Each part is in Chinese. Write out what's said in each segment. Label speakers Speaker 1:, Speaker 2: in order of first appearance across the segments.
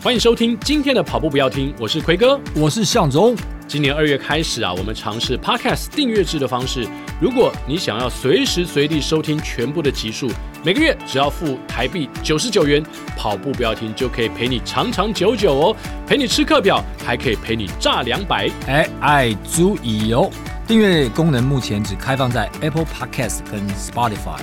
Speaker 1: 欢迎收听今天的跑步不要听，我是奎哥。
Speaker 2: 我是向总，
Speaker 1: 今年二月开始啊，我们尝试 Podcast 订阅制的方式。如果你想要随时随地收听全部的集数，每个月只要付台币九十九元，跑步不要停就可以陪你长长久久哦，陪你吃课表，还可以陪你炸两百。
Speaker 2: 哎，爱足以哦。订阅功能目前只开放在 Apple Podcast 跟 Spotify。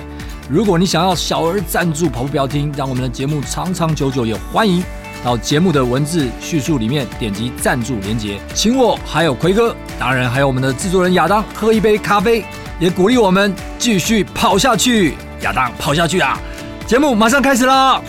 Speaker 2: 如果你想要小额赞助跑步不要听，让我们的节目长长久久，也欢迎到节目的文字叙述里面点击赞助连结，请我还有奎哥，当然还有我们的制作人亚当喝一杯咖啡，也鼓励我们继续跑下去。亚当跑下去啊！节目马上开始啦！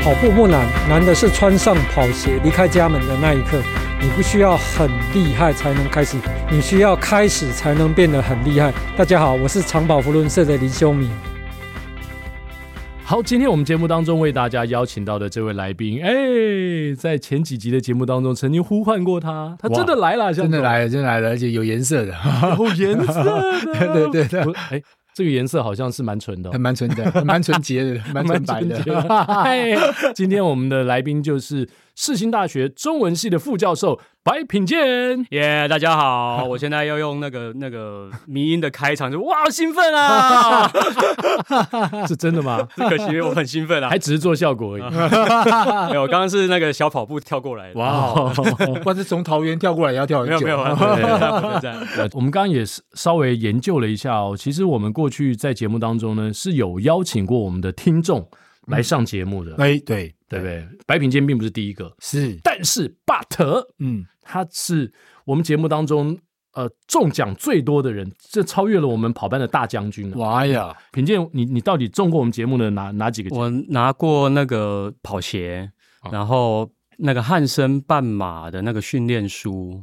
Speaker 3: 跑步不难，难的是穿上跑鞋离开家门的那一刻。你不需要很厉害才能开始，你需要开始才能变得很厉害。大家好，我是长跑福伦社的林修明。
Speaker 1: 好，今天我们节目当中为大家邀请到的这位来宾，哎，在前几集的节目当中曾经呼唤过他，他真的来了，
Speaker 2: 真的来了，真的来了，而且有颜色 的，
Speaker 1: 有颜色的，
Speaker 2: 对对对
Speaker 1: 不，哎，这个颜色好像是蛮纯的哦、
Speaker 2: 还蛮纯的，还蛮纯洁 的， 蛮纯白的。
Speaker 1: 哎，今天我们的来宾就是世新大学中文系的副教授白品 健。
Speaker 4: 耶大家好，我现在要用那个那个迷音的开场，就哇，好兴奋啊！
Speaker 1: 是真的 吗？
Speaker 4: 这可惜我很兴奋啊
Speaker 1: 还，只是做效果而
Speaker 2: 啊
Speaker 1: 已。
Speaker 4: 没有，我刚刚是那个小跑步跳过来的。
Speaker 1: 哇哦！
Speaker 2: 哇，是从桃园跳过来也要跳很
Speaker 4: 没有
Speaker 2: 久。
Speaker 4: 没有，
Speaker 2: 啊
Speaker 4: 不能不能这样
Speaker 1: 我们刚刚也是稍微研究了一下哦，其实我们过去在节目当中呢是有邀请过我们的听众
Speaker 2: 嗯
Speaker 1: 来上节目的，
Speaker 2: 哎，对
Speaker 1: 对不对？白品健并不是第一个，
Speaker 2: 是，
Speaker 1: 但是 but
Speaker 2: 嗯，
Speaker 1: 他是我们节目当中呃中奖最多的人，这超越了我们跑班的大将军了。
Speaker 2: 哇呀，
Speaker 1: 品鉴你，你到底中过我们节目的哪哪几个奖？
Speaker 4: 我拿过那个跑鞋，然后那个汉森半马的那个训练书，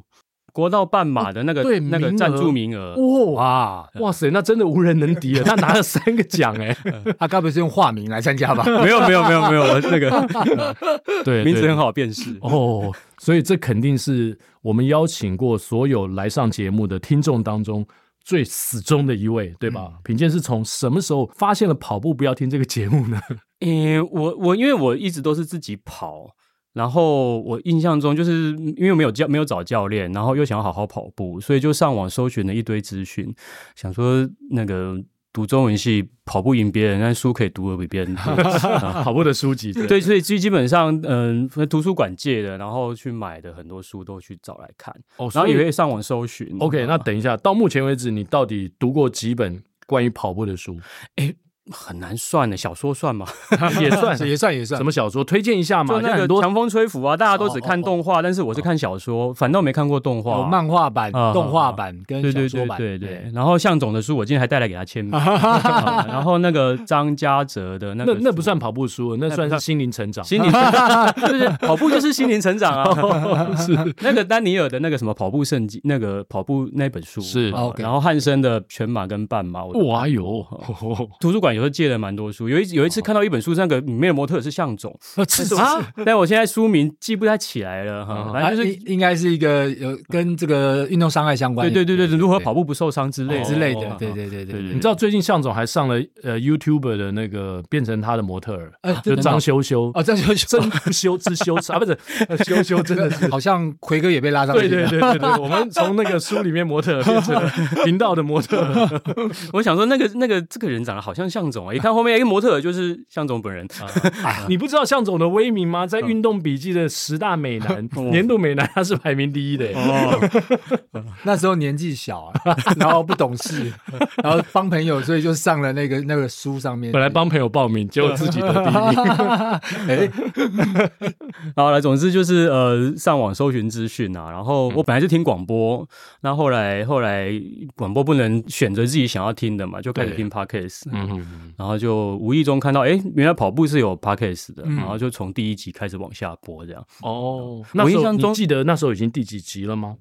Speaker 4: 国道半马的那个
Speaker 1: 哦对
Speaker 4: 那个
Speaker 1: 名额
Speaker 4: 赞助 名额。
Speaker 1: 哦哇哇塞，那真的无人能 敌了！他拿了三个奖哎、
Speaker 2: 他啊该不是用化名来参 加吧？
Speaker 4: 没有没有没有没有，我那个
Speaker 1: 对，
Speaker 4: 名字
Speaker 1: 对
Speaker 4: 很好辨识。
Speaker 1: 哦，所以这肯定是我们邀请过所有来上节目的听众当中最死忠的一位，对吧？品鉴是从什么时候发现了跑步不要听这个节 目呢？
Speaker 4: 诶、我我因为我一直都是自己跑，然后我印象中就是嗯因为没有教没有找教练，然后又想要好好跑步，所以就上网搜寻了一堆资讯，想说那个读中文系跑不赢别人，但书可以读的比别人多。 啊
Speaker 1: 跑步的书籍，
Speaker 4: 对，所以基基本上，嗯、图书馆借的，然后去买的很多书都去找来看，
Speaker 1: 哦，
Speaker 4: 然
Speaker 1: 所
Speaker 4: 后也
Speaker 1: 以
Speaker 4: 会上网搜寻。
Speaker 1: OK，那
Speaker 4: 啊
Speaker 1: 等一下，到目前为止，你到底读过几本关于跑步的书？
Speaker 4: 很难算的，小说算吗？ 啊
Speaker 1: 也算
Speaker 2: 也算也算
Speaker 1: 什么小说？推荐一下嘛。
Speaker 4: 就
Speaker 1: 现在
Speaker 4: 那
Speaker 1: 很
Speaker 4: 个
Speaker 1: 多
Speaker 4: 强风吹拂啊，大家都
Speaker 2: 哦
Speaker 4: 只
Speaker 2: 哦
Speaker 4: 看
Speaker 2: 哦
Speaker 4: 动画，但是我是看小说，反倒没看过动
Speaker 1: 哦
Speaker 4: 画。
Speaker 2: 有漫画版、
Speaker 4: 啊
Speaker 2: 动画版跟
Speaker 4: 对
Speaker 2: 小
Speaker 4: 对
Speaker 2: 说
Speaker 4: 对
Speaker 2: 版。啊
Speaker 4: 对对，然后向总的书我今天还带来给他签名，啊然后那个张家泽的那
Speaker 1: 那
Speaker 4: 个
Speaker 1: 那不算跑步书，那算是心灵成长。
Speaker 4: 心灵，就是跑步就是心灵成长啊，是那个丹尼尔的那个什么跑步圣经，那个跑步那本书
Speaker 1: 是
Speaker 4: 啊
Speaker 2: OK
Speaker 4: 然后汉森的全马跟半马，我
Speaker 1: 哇哟，哦
Speaker 4: 图书馆有时候借了蛮多书，有一有一次看到一本书，那个里面的模特是向总，
Speaker 1: 哦
Speaker 2: 对，至少
Speaker 4: 啊，但我现在书名记不太起来了哈，反正就
Speaker 2: 就是是应该是一个有跟这个运动伤害相关
Speaker 4: 对
Speaker 2: 的，
Speaker 4: 对对对，如何跑步不受伤之类
Speaker 1: 对
Speaker 4: 嗯
Speaker 2: 之类的
Speaker 1: 哦，
Speaker 2: 对对对
Speaker 4: 对
Speaker 2: 对。
Speaker 4: 对
Speaker 1: 你知道最近向总还上了呃 YouTuber 的那个变成他的模特儿，
Speaker 2: 呃，
Speaker 1: 就
Speaker 2: 真的
Speaker 1: 张修修
Speaker 2: 哦，张 修修
Speaker 1: 真不 羞之羞耻啊，不是呃羞羞真的是。
Speaker 2: 好像奎哥也被拉上去
Speaker 1: 对对对对对，我们从那个书里面模特儿变成了频道的模特儿，
Speaker 4: 我想说，那个那个这个人长得好像向总啊，一看后面一个模特儿就是向总本人。
Speaker 1: 你不知道向总的威名吗？在运动笔记的十大美男、年度美男，他是排名第一的耶。
Speaker 4: 哦，
Speaker 2: 那时候年纪小 啊，然后不懂事，然后帮朋友，所以就上了那个那个书上面。
Speaker 1: 本来帮朋友报名，结果自己得第 一名。
Speaker 2: 哎，
Speaker 4: 然后来，总之就是呃，上网搜寻资讯啊。然后我本来是听广播，那后来后来广播不能选择自己想要听的嘛，就开始
Speaker 1: 对
Speaker 4: 听 podcast。嗯，
Speaker 1: 嗯，
Speaker 4: 然后就无意中看到，哎，原来跑步是有 podcast 的，
Speaker 2: 嗯
Speaker 4: 然后就从第一集开始往下播，这样
Speaker 1: 哦，那时
Speaker 4: 我印
Speaker 1: 候
Speaker 4: 象中
Speaker 1: 你记得那时候已经第几集了吗？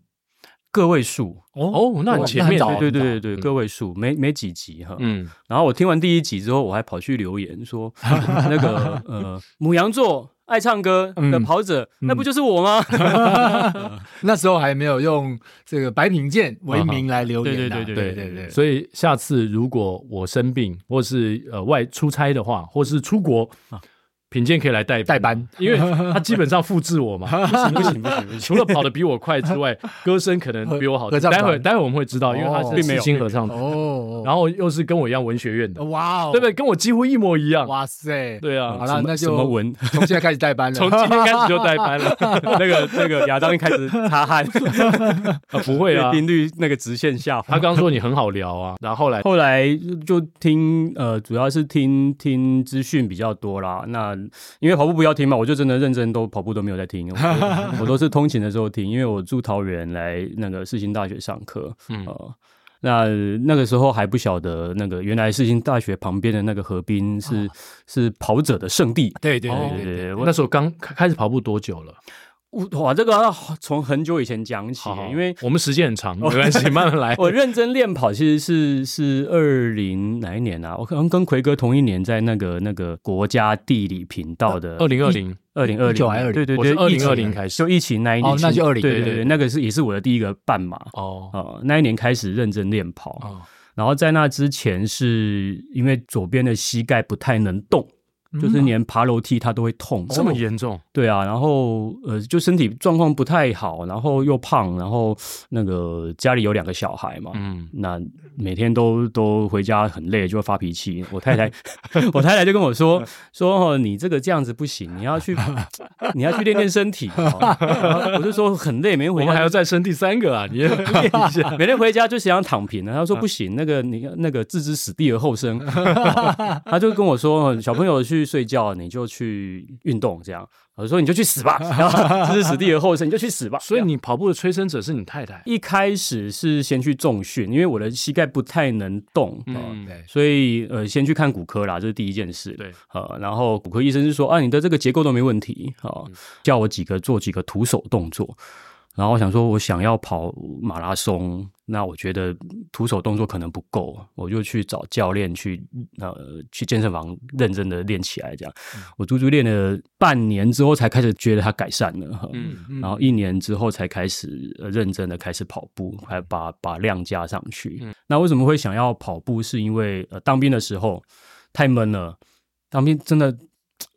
Speaker 4: 个位数。
Speaker 1: 哦，那很前面
Speaker 2: 那很早
Speaker 4: 对对对
Speaker 2: 很
Speaker 4: 对，个位数，没没几集哈。
Speaker 1: 嗯，
Speaker 4: 然后我听完第一集之后，我还跑去留言说，那个呃，母羊座爱唱歌的
Speaker 5: 嗯
Speaker 4: 跑者，那
Speaker 5: 嗯
Speaker 4: 不就是我吗？
Speaker 5: 那时候还没有用这个白品健为名来留言的、
Speaker 4: 啊哈对
Speaker 5: 对
Speaker 4: 对对
Speaker 5: 对对，
Speaker 1: 所以下次如果我生病，或是呃外出差的话，或是出国，品鉴可以来代
Speaker 5: 代班，
Speaker 1: 因为他基本上复制我嘛，不行不行不 行，除了跑得比我快之外，歌声可能比我好
Speaker 5: 合唱
Speaker 1: 听。
Speaker 5: 团
Speaker 1: 待会待会我们会知道，因为他
Speaker 5: 哦并
Speaker 1: 是
Speaker 5: 没
Speaker 1: 四
Speaker 5: 有
Speaker 1: 星合唱团，
Speaker 5: 哦，
Speaker 1: 然后又是跟我一样文学院的，
Speaker 5: 哇哦，
Speaker 1: 对不对？跟我几乎一模一样。
Speaker 5: 哇塞，
Speaker 1: 对啊
Speaker 5: 好
Speaker 4: 什
Speaker 5: 了，
Speaker 4: 么
Speaker 5: 那就
Speaker 4: 什么文？
Speaker 5: 从现在开始代班了，
Speaker 1: 从今天开始就代班 了，
Speaker 4: 那个那个亚当一开始擦汗，
Speaker 1: 啊不会 啊。
Speaker 4: 定律那个直线下滑
Speaker 1: 他。刚说你很好聊啊，然后后来
Speaker 4: 后来就听呃，主要是听听资讯比较多啦。那因为跑步不要听嘛，我就真的认真都跑步都没有在听， 我都我都是通勤的时候听，因为我住桃园来那个世新大学上课，
Speaker 1: 嗯
Speaker 4: 嗯。呃那那个时候还不晓得，那个原来世新大学旁边的那个河滨是、是跑者的圣地。
Speaker 5: 对啊对
Speaker 1: 哦
Speaker 5: 对对对，
Speaker 1: 那时候刚开开始跑步多久了？
Speaker 4: 我哇，这个要从很久以前讲起，
Speaker 1: 好好，
Speaker 4: 因为
Speaker 1: 我们时间很长，没关系，慢慢来。
Speaker 4: 我认真练跑其实是是二零哪一年啊？我可能跟奎哥同一年，在那个那个国家地理频道的
Speaker 1: 二零二零，
Speaker 4: 二零二
Speaker 5: 19
Speaker 4: 零
Speaker 5: 还是
Speaker 4: 对对
Speaker 1: 我是
Speaker 4: 对，
Speaker 1: 二零二
Speaker 4: 疫
Speaker 1: 零
Speaker 4: 情
Speaker 1: 开始
Speaker 4: 就疫情那一年，
Speaker 5: 哦那就20
Speaker 4: 对
Speaker 1: 对
Speaker 4: 对
Speaker 1: 对
Speaker 4: 对，那个是也是我的第一个半马
Speaker 1: 哦
Speaker 4: 呃，那一年开始认真练跑，
Speaker 1: 哦
Speaker 4: 然后在那之前是因为左边的膝盖不太能动，就是连爬楼梯它都会痛，
Speaker 1: 这么严重？
Speaker 4: 对啊，然后呃，就身体状况不太好，然后又胖，然后那个家里有两个小孩嘛，
Speaker 1: 嗯，
Speaker 4: 那每天都都回家很累，就会发脾气。我太太， 我太太就跟我说说、哦、你这个这样子不行，你要去 你要去练练身体、哦。然后我就说很累，每天
Speaker 1: 我
Speaker 4: 回
Speaker 1: 们还
Speaker 4: 家
Speaker 1: 要再生第三个啊！
Speaker 4: 嗯
Speaker 1: 你也 练一下，
Speaker 4: 每天回家就想躺平了。她说不行，那个你那个置之死地而后生。她就跟我说哦小朋友去睡觉，你就去运动这样。我说你就去死吧，然后置之死地而后生，你就去死吧。
Speaker 1: 所以你跑步的催生者是你太太。
Speaker 4: 一开始是先去重训，因为我的膝盖不太能动，嗯、
Speaker 1: 嗯，
Speaker 5: 对
Speaker 4: 所以呃，先去看骨科啦，这是第一件事。
Speaker 1: 对，
Speaker 4: 呃，然后骨科医生是说啊，你的这个结构都没问题，哦，
Speaker 1: 嗯
Speaker 4: 叫我几个做几个徒手动作。然后我想说，我想要跑马拉松，那我觉得徒手动作可能不够，我就去找教练去呃去健身房认真的练起来。这样，
Speaker 1: 嗯
Speaker 4: 我足足练了半年之后，才开始觉得它改善了。哈
Speaker 1: 嗯
Speaker 4: 然后一年之后才开始呃认真的开始跑步，还把把量加上去。那为什么会想要跑步？是因为呃当兵的时候太闷了，当兵真的。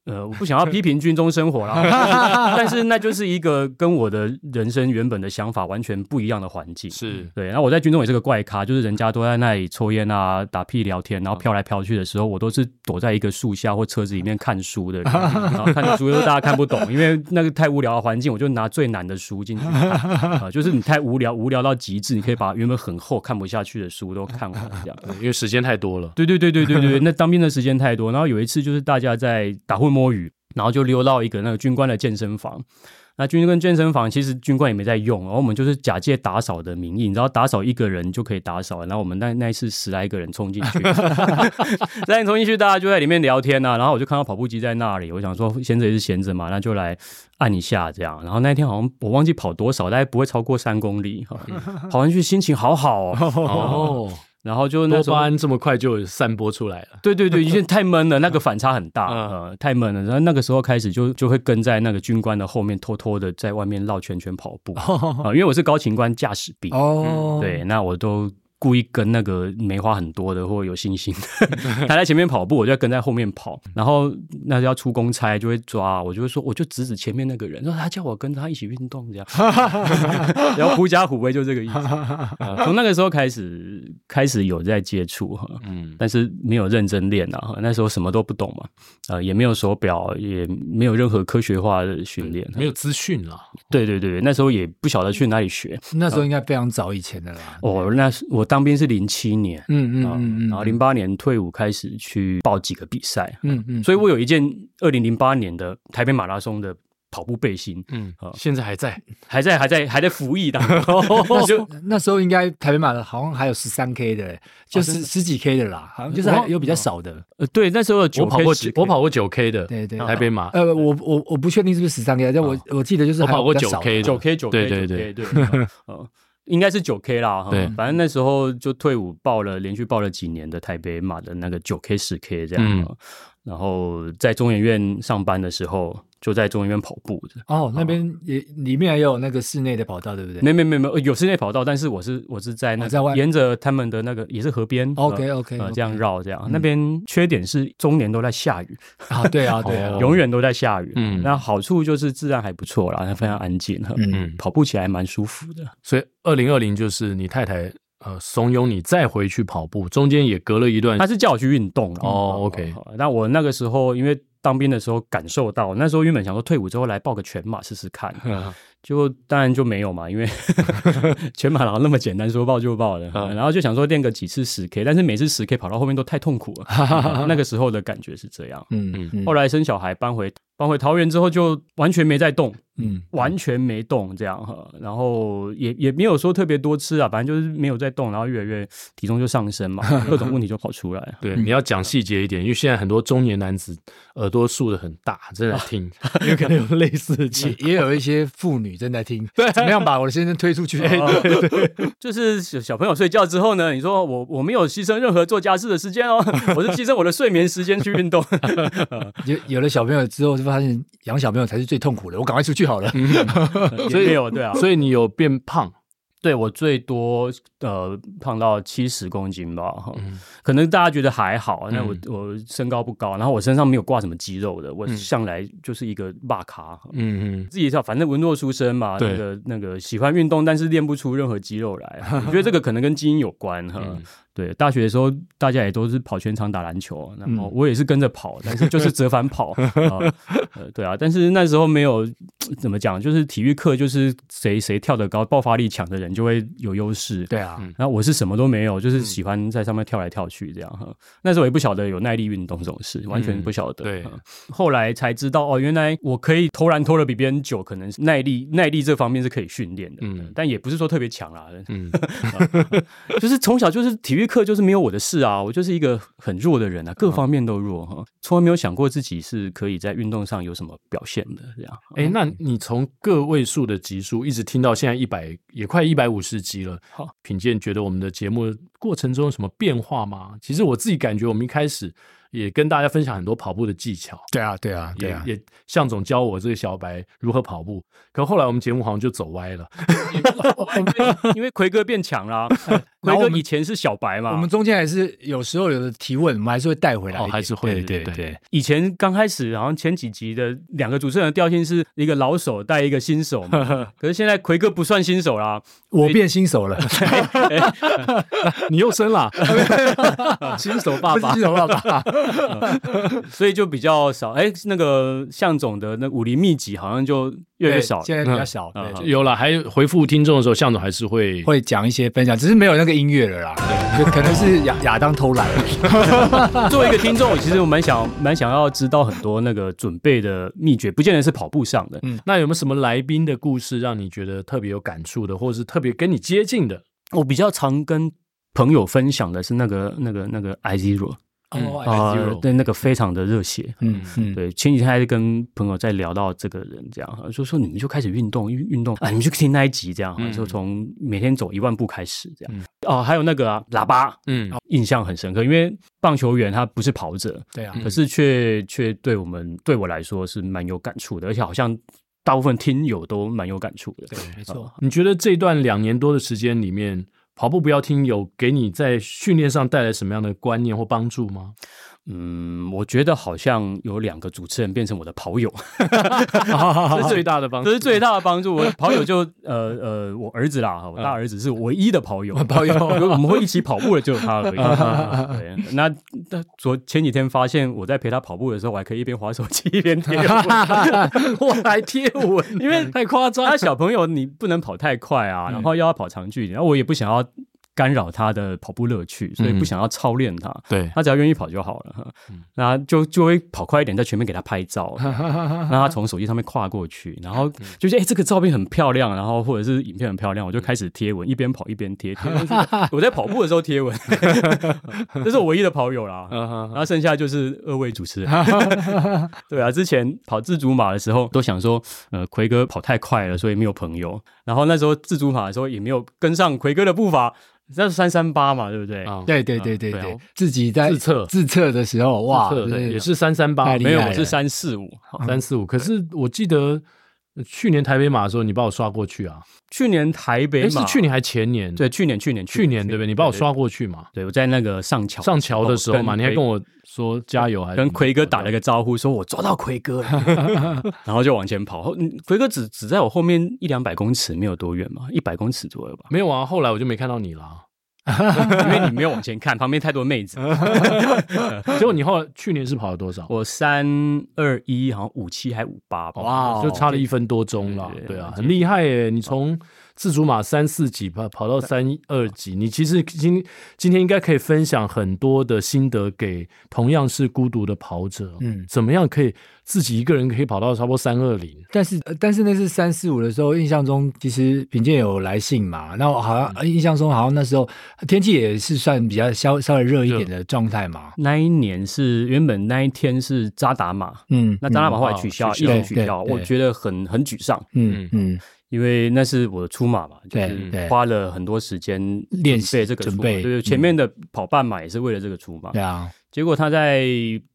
Speaker 4: 呃，我不想要批评军中生活啦，但是那就是一个跟我的人生原本的想法完全不一样的环境。
Speaker 1: 是
Speaker 4: 对，然后我在军中也是个怪咖，就是人家都在那里抽烟啊、打屁聊天，然后飘来飘去的时候，我都是躲在一个树下或车子里面看书的人，然后看的书又大家看不懂，因为那个太无聊的环境，我就拿最难的书进去看，啊，就是你太无聊，无聊到极致，你可以把原本很厚看不下去的书都看完，这样。
Speaker 1: 因为时间太多 了。
Speaker 4: 对对对对对 对，那当兵的时间太多。然后有一次就是大家在打混摸鱼，然后就溜到一个那个军官的健身房。那军官健身房其实军官也没在用，然后我们就是假借打扫的名义，你知道打扫一个人就可以打扫，然后我们那那一次十来个人冲进 去，那你冲进去，大家就在里面聊天呐、然后我就看到跑步机在那里，我想说闲着也是闲着嘛，那就来按一下这样。然后那一天好像我忘记跑多少，大概不会超过三公里，哈
Speaker 1: 嗯
Speaker 4: 跑完去心情好好 哦。
Speaker 1: 哦，
Speaker 4: 然后就那
Speaker 1: 多
Speaker 4: 时候
Speaker 1: 巴胺这么快就散播出来了。
Speaker 4: 对对对，因为太闷了，那个反差很大，
Speaker 1: 嗯
Speaker 4: 呃，太闷了。然后那个时候开始就就会跟在那个军官的后面，偷偷的在外面绕圈圈跑步啊、呃因为我是高勤官驾驶兵，
Speaker 5: 哦，
Speaker 4: 嗯对，那我都。故意跟那个梅花很多的或有信心的，他在前面跑步，我就要跟在后面跑。然后那要出公差就会抓，我就会说，我就指指前面那个人，说他叫我跟他一起运动这样。然后狐假虎威就这个意思。呃从那个时候开始，开始有在接触哈。
Speaker 1: 嗯，
Speaker 4: 但是没有认真练啊，那时候什么都不懂嘛，呃，也没有手表，也没有任何科学化的训练。
Speaker 1: 没有资讯啦。
Speaker 4: 对对对，那时候也不晓得去哪里
Speaker 1: 嗯
Speaker 4: 学。
Speaker 5: 那时候应该非常早以前的啦，
Speaker 4: 哦，那是我当兵是零七年，
Speaker 5: 嗯嗯
Speaker 4: 啊
Speaker 5: 嗯嗯，
Speaker 4: 然后零八年退伍开始去报几个比赛，
Speaker 5: 嗯嗯，
Speaker 4: 所以我有一件二零零八年的台北马拉松的跑步背心，
Speaker 1: 嗯
Speaker 4: 好，
Speaker 1: 现在还在。
Speaker 4: 还在还在还在服役当 中，
Speaker 1: 哦
Speaker 4: 就
Speaker 5: 那时候应该台北马的好像还有十三 K 的，欸
Speaker 1: 哦
Speaker 5: 就是十几 K 的啦，好像就是还有比较少的。
Speaker 4: 呃对那时候的
Speaker 1: 我
Speaker 4: 九
Speaker 1: 跑
Speaker 4: K
Speaker 1: 过
Speaker 4: 十
Speaker 1: 九，我跑过九 K 的，
Speaker 5: 对对
Speaker 1: 台北马。
Speaker 4: 嗯
Speaker 5: 呃，我我我不确定是不是十三 K，但我我记得就是
Speaker 1: 啊哦我
Speaker 5: 还有
Speaker 1: 跑过
Speaker 5: 比较
Speaker 1: 九
Speaker 5: 少
Speaker 1: K
Speaker 4: 九
Speaker 1: 的，
Speaker 4: K 九 K
Speaker 1: 对对
Speaker 4: 对对， 嗯嗯应该是九 K 啦，哈
Speaker 1: 对
Speaker 4: 反正那时候就退伍报了，连续报了几年的台北马的那个九 K 十 K 这样。
Speaker 1: 嗯
Speaker 4: 嗯然后在中研院上班的时候，就在中研院跑步的。
Speaker 5: 哦，那边也里面也有那个室内的跑道，对不对？
Speaker 4: 没没没没，呃有室内跑道，但是我是我是在那
Speaker 5: 哦在外
Speaker 4: 个沿着他们的那个也是河边
Speaker 5: OK
Speaker 4: 呃
Speaker 5: OK，嗯
Speaker 4: 呃这样绕这样。那边缺点是终年都在下雨，
Speaker 5: 啊，对
Speaker 1: 哦
Speaker 5: 啊，对啊，
Speaker 4: 永远都在下雨。
Speaker 1: 嗯
Speaker 4: 那好处就是治安还不错啦，非常安静，呵
Speaker 5: 嗯
Speaker 1: 嗯，
Speaker 4: 跑步起来蛮舒服的。
Speaker 1: 所以二零二零就是你太太呃怂恿你再回去跑步，中间也隔了一段
Speaker 4: 他是叫我去运动啦
Speaker 1: 哦
Speaker 4: 嗯
Speaker 1: OK
Speaker 4: 好那我那个时候因为当兵的时候感受到，那时候原本想说退伍之后来报个全马试 试看，
Speaker 1: 嗯
Speaker 4: 结果当然就没有嘛，因为全马然后那么简单，说报就报的。
Speaker 1: 嗯
Speaker 4: 然后就想说练个几次十 K，但是每次十 K 跑到后面都太痛苦了。嗯那个时候的感觉是这样。
Speaker 5: 嗯嗯
Speaker 4: 后
Speaker 1: 哦
Speaker 4: 来生小孩搬回搬回桃园之后，就完全没再动，
Speaker 5: 嗯
Speaker 4: 完全没动这样哈，然后也也没有说特别多吃啊，反正就是没有在动，然后越来越体重就上升 嘛，各种问题就跑出来。
Speaker 1: 对，你要讲细节一点，因为现在很多中年男子耳朵竖的很大，正
Speaker 4: 哦
Speaker 1: 在 听，有可能有类似的经
Speaker 5: 也也有一些妇女正在听，怎么样把我的先生推出去？
Speaker 1: 哦
Speaker 4: 哦 就是小小朋友睡觉之后呢，你说我我没有牺牲任何做家事的时间哦， 我是牺牲我的睡眠时间去 运动。
Speaker 5: 有有了小朋友之后，就发现养小朋友才是最痛苦的，我赶快出去好
Speaker 1: 嗯
Speaker 5: 了。
Speaker 4: 所以没有对啊，
Speaker 1: 所以你有变胖，
Speaker 4: 对我最多呃胖到七十公斤吧，哈
Speaker 1: 嗯
Speaker 4: 可能大家觉得还好，那我、我身高不高，然后我身上没有挂什么肌肉的，我向来就是一个霸咖。
Speaker 1: 嗯嗯，
Speaker 4: 自己知道，反正文弱书生嘛，
Speaker 1: 对
Speaker 4: 那个那个喜欢运动，但是练不出任何肌肉来。我觉得这个可能跟基因有关哈。对，大学的时候大家也都是跑全场打篮球，然后我也是跟着跑，但是就是折返跑。啊呃，对啊，但是那时候没有怎么讲，就是体育课就是谁谁跳得高、爆发力强的人就会有优势。
Speaker 5: 对
Speaker 1: 嗯
Speaker 5: 啊，
Speaker 4: 然后我是什么都没有，就是喜欢在上面跳来跳去这样哈。那时候也不晓得有耐力运动这种事，完全不晓得。
Speaker 1: 对
Speaker 4: 嗯后来才知道哦，原来我可以投篮投的比别人久，可能是耐力耐力这方面是可以训练的，
Speaker 1: 嗯
Speaker 4: 嗯、但也不是说特别强啦。
Speaker 1: 嗯
Speaker 4: 嗯，就是从小就是体育课就是没有我的事啊，我就是一个很弱的
Speaker 5: 嗯
Speaker 4: 人啊，各方面都弱哈，从来没有想过自己是可以在运动上有什么表现的这样。
Speaker 1: 哎、那你从个位数的集数一直听到现在一百，也快一百五十集了。
Speaker 4: 好，
Speaker 1: 品鉴觉得我们的节目过程中有什么变化吗？其实我自己感觉，我们一开始也跟大家分享很多跑步的技巧，
Speaker 5: 对啊，对啊，对
Speaker 1: 也、
Speaker 5: 啊，
Speaker 1: 也向总教我这个小白如何跑步。可后来我们节目好像就走歪了，
Speaker 4: 因为奎哥变强 啦、
Speaker 5: 然
Speaker 4: 奎
Speaker 5: 后我
Speaker 4: 哥
Speaker 5: 们
Speaker 4: 以前是小白嘛，
Speaker 5: 我们中间还是有时候有的提问，我们还是会带回来一
Speaker 1: 哦，
Speaker 5: 点，
Speaker 1: 还是会
Speaker 5: 对对
Speaker 1: 对
Speaker 5: 对。
Speaker 4: 以前刚开始，好像前几集的两个主持人的调性是一个老手带一个新手 嘛，可是现在奎哥不算新手啦，
Speaker 5: 我变新手了，
Speaker 1: 你又生了，新手爸
Speaker 5: 不是
Speaker 1: 爸
Speaker 5: 新。手爸爸，
Speaker 4: 所以就比较少。哎，那个向总的那武林秘籍好像就越来
Speaker 5: 对
Speaker 4: 越少了。
Speaker 5: 现在比较少，对
Speaker 4: 嗯
Speaker 5: 就
Speaker 1: 有了，还回复听众的时候，向总还是会
Speaker 5: 会讲一些分享，只是没有那个音乐了啦，就可能是亚亚当偷懒了，
Speaker 4: 作为一个听众，其实我蛮想蛮想要知道很多那个准备的秘诀，不见得是跑步上的。
Speaker 1: 那有没有什么来宾的故事让你觉得特别有感触的，或者是特别跟你接近的？
Speaker 4: 我比较常跟朋友分享的是那个那个那个 I Zero
Speaker 1: 嗯
Speaker 5: 哦
Speaker 4: 啊、
Speaker 2: 哎
Speaker 1: iZero
Speaker 4: 对，那个非常的热血。
Speaker 5: 嗯嗯，
Speaker 4: 对，前几天还是跟朋友在聊到这个人，这样就说你们就开始运动，运运动啊，你们就听那一集这样，
Speaker 1: 嗯
Speaker 4: 就从每天走一万步开始这样。
Speaker 1: 嗯
Speaker 4: 哦，还有那个、啊、喇叭，
Speaker 1: 嗯
Speaker 4: 印象很深刻，因为棒球员他不是跑者，
Speaker 5: 对啊
Speaker 1: 嗯，
Speaker 4: 可是却却对我们对我来说是蛮有感触的，而且好像大部分听友都蛮有感触的。
Speaker 5: 对，没错。
Speaker 1: 你觉得这段两年多的时间里面，跑步不要听有给你在训练上带来什么样的观念或帮助吗？
Speaker 4: 嗯，我觉得好像有两个主持人变成我的跑友，
Speaker 1: 这是最大的帮
Speaker 4: 这
Speaker 1: 助
Speaker 4: 是。最大的帮助。我跑友就 呃呃，我儿子啦，我大儿子是唯一的跑友， 跑友我们会一起跑步的就有他而 已。对，那那昨前几天发现我在陪他跑步的时候，我还可以一边滑手机一边 贴文，我还贴文，因为太夸张。他小朋友你不能跑太快啊，然后又要跑长距离，然后我也不想要。干扰他的跑步乐趣，所以不想要操练他。
Speaker 1: 对，
Speaker 4: 他只要愿意跑就好了，哈
Speaker 2: 嗯
Speaker 4: 那就就会跑快一点，在前面给他 拍照，让他从手机上面跨过去，然后
Speaker 2: 嗯
Speaker 4: 就觉得哎、这个照片很漂亮，然后或者是影片很漂亮，我就开始贴文，一边跑一边贴。贴文是我在跑步的时候贴文，这是我唯一的跑友啦。
Speaker 2: 嗯
Speaker 4: 然后剩下就是二位主持 人。对啊，之前跑自主马的时候都想说，呃，奎哥跑太快了，所以没有朋友。然后那时候自主马的时候也没有跟上奎哥的步伐，那是三三八嘛，对不对？
Speaker 1: 啊，
Speaker 2: 对对对对
Speaker 4: 对
Speaker 2: 对
Speaker 4: 啊，
Speaker 2: 自己在
Speaker 1: 自 测
Speaker 2: 自测的时候，哇，
Speaker 1: 自测
Speaker 2: 真
Speaker 1: 的
Speaker 2: 的
Speaker 1: 也是三三八
Speaker 2: 太，
Speaker 4: 没有，
Speaker 2: 厉害
Speaker 4: 我
Speaker 2: 了
Speaker 4: 是三四五。好
Speaker 1: 三四五。可是我记得呃去年台北马的时候，你把我刷过去啊？
Speaker 4: 去年台
Speaker 1: 诶，
Speaker 4: 北马
Speaker 1: 是去年还前年？
Speaker 4: 对，，去年去年
Speaker 1: 去年对不对？你把我。
Speaker 4: 去
Speaker 1: 刷过去嘛？
Speaker 4: 对，我在那个上桥
Speaker 1: 上桥的时候嘛，
Speaker 4: 跟
Speaker 1: 你还
Speaker 4: 奎
Speaker 1: 跟我嗯说加油，还是
Speaker 4: 跟
Speaker 1: 什么
Speaker 4: 奎哥打了个招呼，说我抓到奎哥了， 然后就往前跑。后嗯奎哥只只在我后面一两百公尺，没有多远嘛，一百公尺左右
Speaker 1: ，
Speaker 4: 吧
Speaker 1: 没有啊？后来我就没看到你啊 啦。
Speaker 4: 因为你没有往前看，旁边太多 妹子。
Speaker 1: 嗯结果你后来去年是跑了多少？
Speaker 4: 我三二一，好像五七还五八吧，
Speaker 2: 哇哦
Speaker 1: 就差了一分多钟了
Speaker 4: 对。哦对
Speaker 1: 对啊，
Speaker 4: 对
Speaker 1: 很厉害耶！你从自主马三四级跑跑到三二级，你其实今今天应该可以分享很多的心得给同样是孤独的跑者。
Speaker 2: 嗯
Speaker 1: 怎么样可以自己一个人可以跑到差不多三二零？
Speaker 2: 但是呃但是那是三四五的时候，印象中其实凭借有来信嘛，那我好像、呃印象中好像那时候天气也是算比较稍稍微热一点的状态嘛，
Speaker 4: 那一年是原本那一天是扎达马，
Speaker 2: 嗯，
Speaker 4: 那扎达马
Speaker 2: 嗯
Speaker 4: 后来取消，
Speaker 1: 哦
Speaker 4: 疫
Speaker 1: 取
Speaker 2: 消
Speaker 4: 情取消，
Speaker 2: 对对
Speaker 4: 我觉得很很沮丧，
Speaker 2: 嗯嗯
Speaker 4: 因为那是我的出马嘛，就
Speaker 2: 对
Speaker 4: 是
Speaker 2: 对
Speaker 4: 花了很多时间
Speaker 2: 练习
Speaker 4: 准备这个
Speaker 2: 准
Speaker 4: 出马
Speaker 2: 备嗯
Speaker 4: 对对，前面的跑半马也是为了这个出马，
Speaker 2: 对啊，
Speaker 4: 结果他在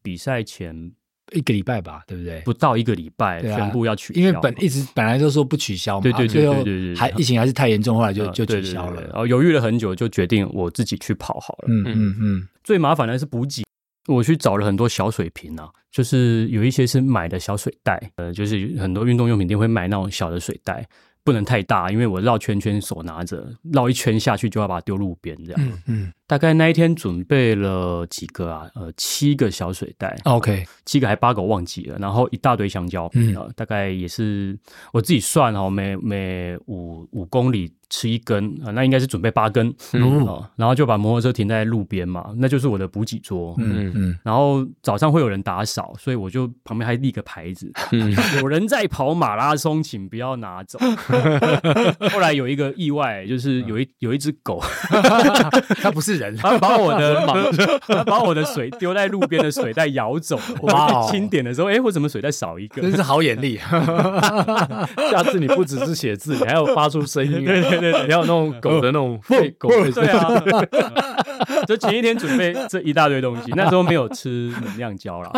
Speaker 4: 比赛前
Speaker 2: 一个礼拜吧，对不对？
Speaker 4: 不到一个礼拜
Speaker 2: 对啊
Speaker 4: 宣布要取消，
Speaker 2: 因为本一直本来就说不取消嘛，
Speaker 4: 对对对
Speaker 2: 最后
Speaker 4: 对对对
Speaker 2: 还疫情还是太严重，后来就
Speaker 4: 呃
Speaker 2: 就
Speaker 4: 对
Speaker 2: 取消
Speaker 4: 对对对然
Speaker 2: 了。
Speaker 4: 后犹豫了很久，就决定我自己去跑好了。
Speaker 2: 嗯嗯嗯，
Speaker 4: 最麻烦的是补给，我去找了很多小水瓶啊，就是有一些是买的小水袋，呃，就是很多运动用品店会买那种小的水袋，不能太大，因为我绕圈圈手拿着，绕一圈下去就要把它丢路边这样。
Speaker 2: 嗯嗯
Speaker 4: 大概那一天准备了几个啊，呃，七个小水袋，
Speaker 2: ，OK，
Speaker 4: 七个还八个我忘记了，然后一大堆香蕉，
Speaker 2: 嗯
Speaker 4: 嗯，大概也是我自己算哦，每每五五公里吃一根啊、呃那应该是准备八根，嗯、哦，然后就把摩托车停在路边嘛，那就是我的补给桌，嗯。
Speaker 2: 嗯嗯，
Speaker 4: 然后早上会有人打扫，所以我就旁边还立个牌子， 有人在跑马拉松，请不要拿 走。后来有一个意外，就是有一有一只狗，
Speaker 2: 他不是人，
Speaker 4: 他 把我的马，他把我的水丢在路边的水袋舀走。
Speaker 2: 哇哦
Speaker 4: 哇！清点的时候，哎，我怎么水袋少一个
Speaker 2: 真？是好眼力。
Speaker 1: 下次你不只是写字，你还要发出声 音、啊，对对对你还有那种狗的那种吠狗吠声
Speaker 4: 哦对。啊，就前一天准备这一大堆东西，那时候没有吃能量胶啦，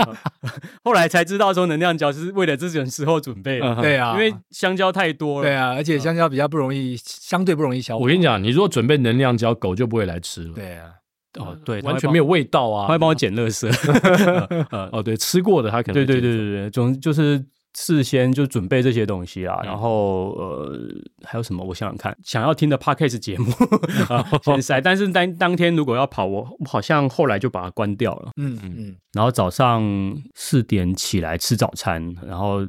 Speaker 4: 后来才知道说能量胶是为了这种时候准备的，
Speaker 2: 对啊，
Speaker 4: 因为香蕉太多了
Speaker 2: 对。啊，
Speaker 4: 嗯
Speaker 2: 而且香蕉比较不容易，相对不容易消化。
Speaker 1: 我跟你讲，你如果准备能量胶，狗就不会来吃了，
Speaker 2: 对啊，
Speaker 4: 哦，对，
Speaker 1: 完全没有，味道
Speaker 4: 他会
Speaker 1: 啊。
Speaker 4: 帮我捡垃圾。呃，
Speaker 1: 哦，对，吃过的它可能
Speaker 4: 对
Speaker 1: 会
Speaker 4: 对对
Speaker 1: 接
Speaker 4: 对
Speaker 1: 受
Speaker 4: 对，总就是事先就准备这些东西啦，
Speaker 1: 嗯
Speaker 4: 然后呃还有什么？我想想看，想要听的 podcast 节 目啊先塞，但是当当天如果要跑，我我好像后来就把它关掉了。
Speaker 2: 嗯嗯，
Speaker 4: 然后早上四点起来吃早餐，然后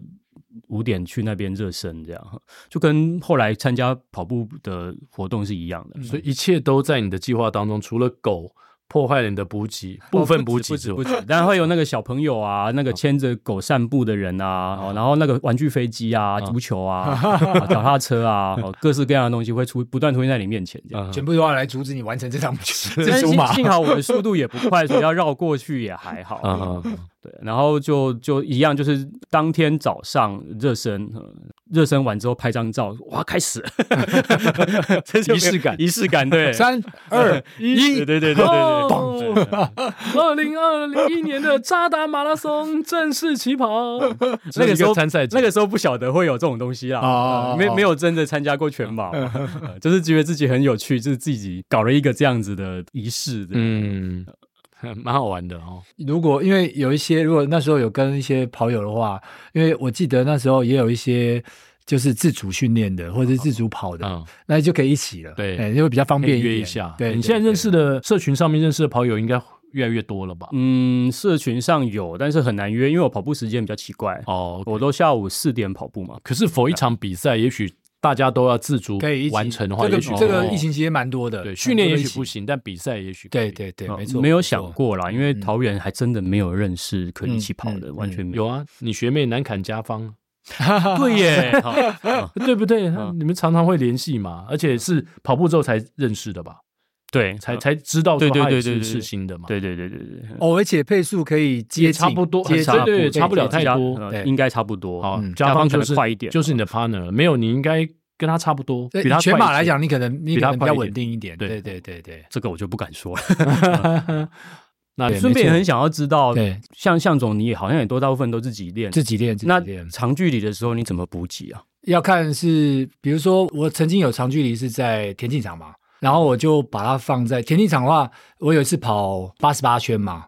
Speaker 4: 五点去那边热身，这样就跟后来参加跑步的活动是一样的。
Speaker 1: 所以一切都在你的计划当中，除了狗破坏了你的补给部分补给
Speaker 4: 哦不止
Speaker 1: 之
Speaker 4: 不
Speaker 1: 外，
Speaker 4: 止，当然会有那个小朋友啊，那个牵着狗散步的人啊，哦然后那个玩具飞机啊、足球啊、啊脚踏车啊，哦各式各样的东西会出不断出现在你面前这样。
Speaker 1: 嗯
Speaker 2: 全部都要来阻止你完成这 场啊这
Speaker 4: 但是
Speaker 2: 出
Speaker 4: 幸
Speaker 2: 马。
Speaker 4: 幸好我的速度也不快，所以要绕过去也还好。
Speaker 1: 啊，嗯
Speaker 4: 对，然后就就一样，就是当天早上热身，呃热身完之后拍张照，哇，开始 了，这就没有
Speaker 1: 仪式感
Speaker 4: 仪式感，对，
Speaker 2: 三二
Speaker 4: 呃一，对对对对对 对，
Speaker 1: 哦二零二一年的扎达马拉松正式起 跑，
Speaker 4: 那个时候
Speaker 1: 参赛者
Speaker 4: 那个时候不晓得会有这种东西啊，
Speaker 2: 哦
Speaker 4: 呃没没有真的参加过全马嘛， 呃就是觉得自己很有趣，就是自己搞了一个这样子的仪式。嗯，
Speaker 1: 嗯，蛮好玩的哦。
Speaker 2: 如果因为有一些，如果那时候有跟一些跑友的话，因为我记得那时候也有一些就是自主训练的，或者是自主跑
Speaker 4: 啊
Speaker 2: 的，
Speaker 1: 嗯
Speaker 2: 那就可以一起了，
Speaker 1: 对
Speaker 2: 哎就会比较方
Speaker 1: 可以
Speaker 2: 便
Speaker 1: 约一
Speaker 2: 点
Speaker 1: 下，
Speaker 2: 对，
Speaker 1: 啊你现在认识的社群上面认识的跑友应该越来越多了吧？
Speaker 2: 嗯
Speaker 4: 嗯社群上有，但是很难约，因为我跑步时间比较奇怪，
Speaker 1: 哦，
Speaker 4: 我都下午四点跑步嘛。
Speaker 1: 可是否一场比赛，也许大家都要自主
Speaker 2: 可以一起
Speaker 1: 完成的话，
Speaker 2: 这个
Speaker 1: 也许
Speaker 2: 这个
Speaker 1: 哦
Speaker 2: 疫情期间蛮多的，
Speaker 1: 对训练也许
Speaker 2: 很多
Speaker 1: 不
Speaker 2: 人一起，
Speaker 1: 行，但哦比赛也许可以
Speaker 2: 对。对对，
Speaker 4: 呃
Speaker 2: 没错，
Speaker 4: 没有
Speaker 2: 错
Speaker 4: 想，过啦，因为桃园还真的没有认识可以一起跑的，
Speaker 2: 嗯嗯
Speaker 4: 完全没有。
Speaker 1: 有啊，你学妹南坎家 芳，
Speaker 4: 对耶， 好嗯
Speaker 1: 对不对？
Speaker 4: 嗯
Speaker 1: 你们常常会联系嘛，而且是跑步之后才认识的吧？
Speaker 4: 对，
Speaker 1: 才
Speaker 4: 呃
Speaker 1: 才知道说
Speaker 4: 对对
Speaker 1: 他也
Speaker 4: 对
Speaker 1: 是
Speaker 4: 对对
Speaker 1: 是新的嘛。
Speaker 4: 对对对对对，
Speaker 2: 哦，而且配速可以接
Speaker 1: 也
Speaker 2: 近，
Speaker 1: 差不多很
Speaker 2: 接近
Speaker 1: 差不对对
Speaker 2: 对
Speaker 1: 差不了太多
Speaker 4: 加呃
Speaker 2: 对
Speaker 4: 应该差不多。
Speaker 1: 好
Speaker 2: 嗯，
Speaker 1: 家
Speaker 4: 家
Speaker 1: 芳
Speaker 4: 芳
Speaker 1: 就
Speaker 4: 可能
Speaker 1: 是
Speaker 4: 快一点嗯
Speaker 1: 就是你的 partner，了没有你应该跟他差不多，
Speaker 2: 对
Speaker 4: 比他
Speaker 2: 以全
Speaker 4: 快
Speaker 2: 马
Speaker 4: 一
Speaker 2: 来
Speaker 4: 些
Speaker 2: 讲，你可能你
Speaker 4: 比
Speaker 2: 可
Speaker 4: 他
Speaker 2: 能比
Speaker 4: 快
Speaker 2: 较
Speaker 4: 一
Speaker 2: 稳
Speaker 4: 点
Speaker 2: 定一点。
Speaker 1: 对
Speaker 2: 对对对对，
Speaker 4: 这个我就不敢说了。
Speaker 1: 那
Speaker 2: 对
Speaker 4: 顺便
Speaker 2: 没
Speaker 4: 也
Speaker 2: 错
Speaker 4: 很想要知道，
Speaker 2: 对
Speaker 4: 像向总，你也好像也多大部分都自己练，
Speaker 2: 自己练自己
Speaker 4: 那
Speaker 2: 练，
Speaker 4: 长距离的时候你怎么补给啊？
Speaker 2: 要看是，比如说我曾经有长距离是在田径场嘛，然后我就把它放在田径场的话，我有一次跑八十八圈嘛，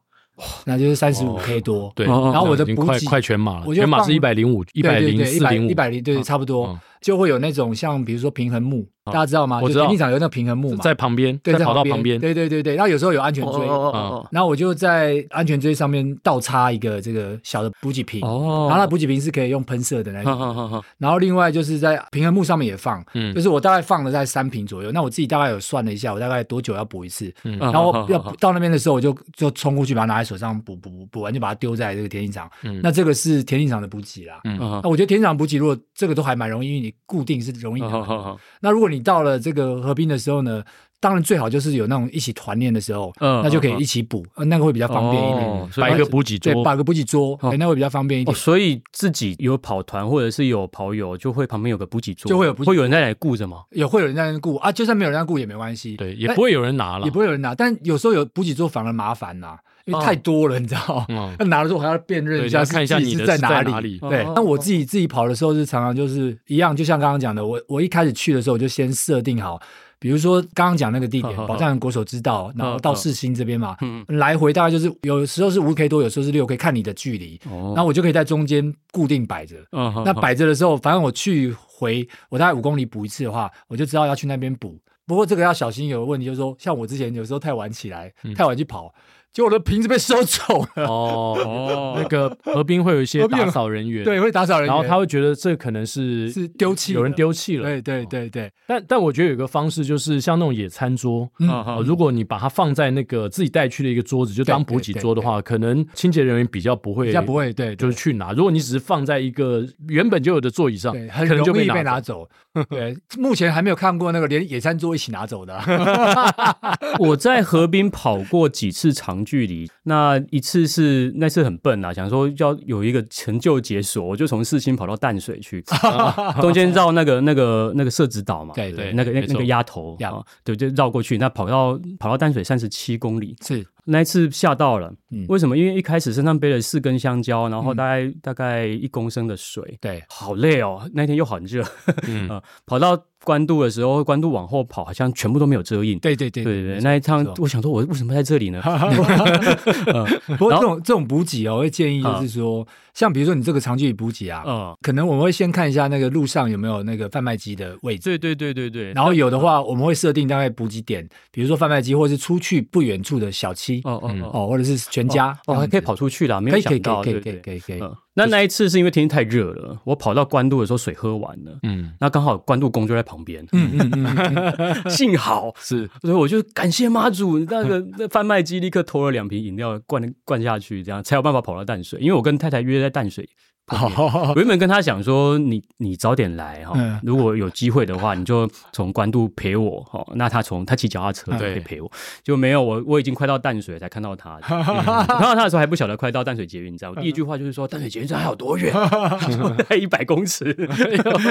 Speaker 2: 那就是三十五 K 多，
Speaker 1: 对，
Speaker 4: 哦哦哦
Speaker 1: 那
Speaker 2: 然后我的
Speaker 1: 已经
Speaker 2: 补
Speaker 1: 快
Speaker 2: 给
Speaker 1: 快全马了，
Speaker 2: 我就
Speaker 1: 全马是
Speaker 2: 放
Speaker 1: 一百零五、一百零四零五、
Speaker 2: 一百零对，差不多
Speaker 1: 嗯
Speaker 2: 就会有那种像比如说平衡木，大家知道吗？
Speaker 1: 我
Speaker 2: 就
Speaker 1: 知道
Speaker 2: 田径场有那个平衡木嘛，
Speaker 1: 在旁边，
Speaker 2: 对
Speaker 1: 在跑道旁边，
Speaker 2: 对对对对，然后有时候有安全
Speaker 6: 哦
Speaker 2: 锥。
Speaker 6: 哦
Speaker 1: 嗯
Speaker 6: 哦
Speaker 2: 然后我就在安全锥上面倒插一个这个小的补给瓶，
Speaker 4: 哦
Speaker 2: 然后那补给瓶是可以用喷射的 那
Speaker 4: 哈
Speaker 2: 种，
Speaker 4: 哈哈哈
Speaker 2: 然后另外就是在平衡木上面也放，
Speaker 1: 嗯
Speaker 2: 就是我大概放了在三瓶左右。那我自己大概有算了一下，我大概多久要补一次。
Speaker 1: 嗯
Speaker 2: 然后
Speaker 4: 嗯嗯嗯
Speaker 2: 要
Speaker 4: 嗯
Speaker 2: 到那边的时候，我就就冲过去把它拿在手上补补补补完，就把它丢在这个田径场。
Speaker 1: 嗯
Speaker 2: 那这个是田径场的补给啦。
Speaker 1: 嗯
Speaker 4: 嗯
Speaker 2: 那我觉得田径场补给如果这个都还蛮容易，因为你固定是容易拿的。
Speaker 4: 哦嗯
Speaker 2: 那如果你到了这个河滨的时候呢，当然最好就是有那种一起团练的时候，
Speaker 4: 嗯
Speaker 2: 那就可以
Speaker 4: 嗯
Speaker 2: 一起补，呃那个会比较方便一点。
Speaker 4: 哦所以
Speaker 1: 摆一个补给
Speaker 2: 对，
Speaker 1: 桌，
Speaker 2: 摆个补给桌，
Speaker 4: 哦
Speaker 2: 哎那会比较方便一
Speaker 4: 哦，
Speaker 2: 点。
Speaker 4: 所以自己有跑团或者是有跑友，就会旁边有个补给桌，
Speaker 2: 就会有补给
Speaker 4: 会有人在那里顾着吗？
Speaker 2: 有会有人在那顾啊，就算没有人在顾也没关系。
Speaker 1: 对，也
Speaker 2: 但
Speaker 1: 不会有人拿了
Speaker 2: 也，不会有人拿，但有时候有补给桌反而麻烦啦，因为太多了，你知道。
Speaker 1: 嗯
Speaker 2: 那拿了之后还要辨认
Speaker 1: 对，
Speaker 2: 一下
Speaker 1: 要
Speaker 2: 是，
Speaker 1: 看一下
Speaker 2: 自
Speaker 1: 你
Speaker 2: 己
Speaker 1: 的
Speaker 2: 是
Speaker 1: 是
Speaker 2: 在
Speaker 1: 哪
Speaker 2: 里。
Speaker 1: 里，
Speaker 2: 对，那我自己自己跑的时候是常常就是一样，就像刚刚讲的，我我一开始去的时候我就先设定好，比如说刚刚讲那个地点，
Speaker 4: 嗯嗯嗯
Speaker 2: 宝藏国手知道，然后到世新这边嘛，
Speaker 4: 嗯
Speaker 2: 来回大概就是有时候是五 K 多，有时候是六 K，看你的距离，
Speaker 4: 哦
Speaker 2: 然后我就可以在中间固定摆着。那摆着的时候，反正我去回我大概五公里补一次的话，我就知道要去那边补。不过这个要小心，有个问题就是说，像我之前有时候太晚起来，太晚去跑，结果我的瓶子被收走了。
Speaker 1: 哦， 那个河滨会有一些
Speaker 2: 河滨有
Speaker 1: 打扫人员，
Speaker 2: 对，，会打扫人员。
Speaker 1: 然后他会觉得这可能是
Speaker 2: 是丢弃的
Speaker 1: 有人丢弃了。
Speaker 2: 对对对对，
Speaker 1: 但但我觉得有一个方式，就是像那种野餐桌，
Speaker 2: 嗯
Speaker 1: 呃如果你把它放在那个自己带去的一个桌子，就当
Speaker 2: 对对
Speaker 1: 补给桌的话，可能清洁人员比较不会，
Speaker 2: 比较不会对，
Speaker 1: 就是去拿。如果你只是放在一个原本就有的座椅上，
Speaker 2: 对，
Speaker 1: 可
Speaker 2: 很
Speaker 1: 能就
Speaker 2: 容易
Speaker 1: 拿
Speaker 2: 被
Speaker 1: 走
Speaker 2: 拿走。对，目前还没有看过那个连野餐桌一起拿走的。啊
Speaker 4: 我在河滨跑过几次长距离，那一次是那次很笨啊，想说要有一个成就解锁，我就从四星跑到淡水 去，中间绕那个那个那个社子岛嘛，
Speaker 2: 对对
Speaker 4: 那个那
Speaker 1: 没
Speaker 4: 那
Speaker 1: 错
Speaker 4: 个鸭头
Speaker 2: 鸭
Speaker 4: 啊，对，就绕过去，那跑到跑到淡水三十七公里，
Speaker 2: 是，
Speaker 4: 那一次吓到了，
Speaker 2: 嗯
Speaker 4: 为什么？因为一开始身上背了四根香蕉，然后大概、大概一公升的水，
Speaker 2: 对，
Speaker 4: 好累哦。那天又很热，
Speaker 1: 嗯
Speaker 4: 呃，跑到关渡的时候，关渡往后跑，好像全部都没有遮印。
Speaker 2: 对对对嗯
Speaker 4: 对对 对，那一趟
Speaker 2: 没错
Speaker 4: 我想说，我为什么在这 里呢？
Speaker 2: 不过这种这种补给哦，我会建议就是说，像比如说你这个长距离补给啊，
Speaker 4: 嗯，
Speaker 2: 可能我们会先看一下那个路上有没有那个贩卖机的位置。
Speaker 4: 对对对对对，
Speaker 2: 然后有的话，我们会设定大概补给点，比如说贩卖机，或是出去不远处的小七
Speaker 4: 哦哦哦，
Speaker 2: 哦，或者是全家
Speaker 4: 哦，还可以
Speaker 2: 这样子
Speaker 4: 跑出去啦，没
Speaker 2: 可
Speaker 4: 有
Speaker 2: 以可以
Speaker 4: 想
Speaker 2: 可
Speaker 4: 到，
Speaker 2: 以可以
Speaker 4: 对
Speaker 2: 可以
Speaker 4: 对
Speaker 2: 可以可以，
Speaker 4: 嗯，那那一次是因为天气太热了，我跑到关渡的时候水喝完了，
Speaker 1: 嗯，
Speaker 4: 那刚好关渡宫就在旁边，嗯嗯嗯， 幸好
Speaker 1: 是
Speaker 4: 所以我就感谢妈祖，那个那贩卖机立刻投了两瓶饮料灌灌下去，这样才有办法跑到淡水。因为我跟太太约在淡水， 我原本跟她想说你你早点来哈、
Speaker 2: 嗯
Speaker 4: 如果有机会的话，你就从关渡陪我哈、那她从她骑脚踏车就可以
Speaker 1: 对
Speaker 4: 陪我，就没有我我已经快到淡水才看到她，嗯看到她的时候还不晓得快到淡水捷运站。我第一句话就是说淡水捷运站还有多远？ 大概一百公尺，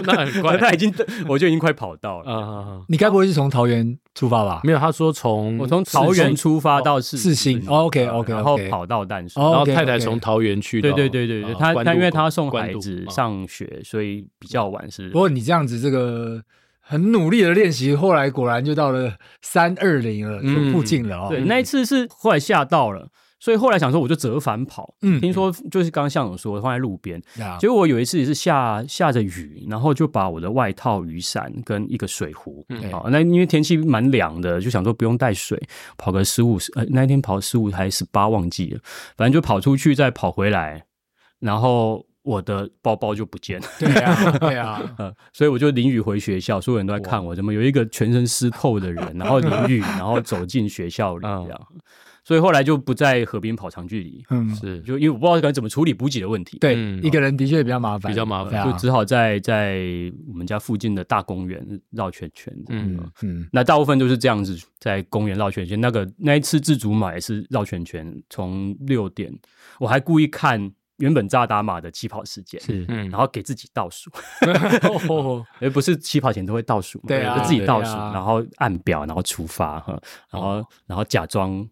Speaker 1: 那很快
Speaker 4: 她已经 我就已经快跑到了。
Speaker 1: 啊啊啊
Speaker 2: 你该不会是从桃园出发吧？
Speaker 1: 没有，他说从
Speaker 4: 我从桃园出发到四
Speaker 2: 四星哦，OK，OK，OK
Speaker 4: 然后跑到淡水。
Speaker 2: 哦
Speaker 1: 然后
Speaker 2: OK，
Speaker 1: 太太
Speaker 2: OK
Speaker 1: 从桃园去到，
Speaker 4: 对对对对对，
Speaker 1: 啊
Speaker 4: 他
Speaker 1: 关
Speaker 4: 他因
Speaker 1: 渡
Speaker 4: 为他
Speaker 1: 宫
Speaker 4: 送
Speaker 1: 关
Speaker 4: 孩
Speaker 1: 渡
Speaker 4: 子
Speaker 1: 啊
Speaker 4: 上学，所以比较晚是
Speaker 2: 不。过你这样子这个很努力的练习，后来果然就到了三二零了，
Speaker 1: 嗯
Speaker 2: 就附近了哦。
Speaker 4: 对，那一次是后来吓到了，所以后来想说我就折返跑。
Speaker 2: 嗯
Speaker 4: 听说就是刚刚向总说放在路边，
Speaker 2: 呀
Speaker 4: 结果我有一次也是下下着雨，然后就把我的外套、雨伞跟一个水壶，
Speaker 1: 嗯
Speaker 4: 好、那因为天气蛮凉的，就想说不用带水，跑个十五，呃，那一天跑十五还是十八忘记了，反正就跑出去再跑回来，然后我的包包就不见了。
Speaker 2: 对啊，对 啊，
Speaker 4: 呃，所以我就淋雨回学校，所有人都在看我，怎么有一个全身湿透的人，然后淋雨，然后走进学校里这样。所以后来就不在河边跑长距离，
Speaker 2: 嗯，
Speaker 1: 是
Speaker 4: 就因为我不知道该怎么处理补给的问题，
Speaker 2: 对
Speaker 1: 嗯，
Speaker 2: 一个人的确比较麻烦，
Speaker 1: 比较麻烦
Speaker 2: 对啊
Speaker 4: 就只好在在我们家附近的大公园绕圈圈。
Speaker 1: 嗯
Speaker 4: 嗯，
Speaker 2: 嗯，
Speaker 4: 那大部分都是这样子，在公园绕圈圈。那个那一次自主买是绕圈圈，从六点我还故意看原本扎达马的起跑时间，
Speaker 2: 是
Speaker 1: 嗯
Speaker 4: 然后给自己倒数，
Speaker 2: 哦，
Speaker 4: 而不是起跑前都会倒数嘛，
Speaker 2: 对啊
Speaker 4: 就自己倒数，
Speaker 2: 对啊哦
Speaker 4: 然后按表，然后出发哈，然后、然后假装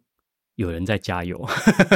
Speaker 4: 有人在加油，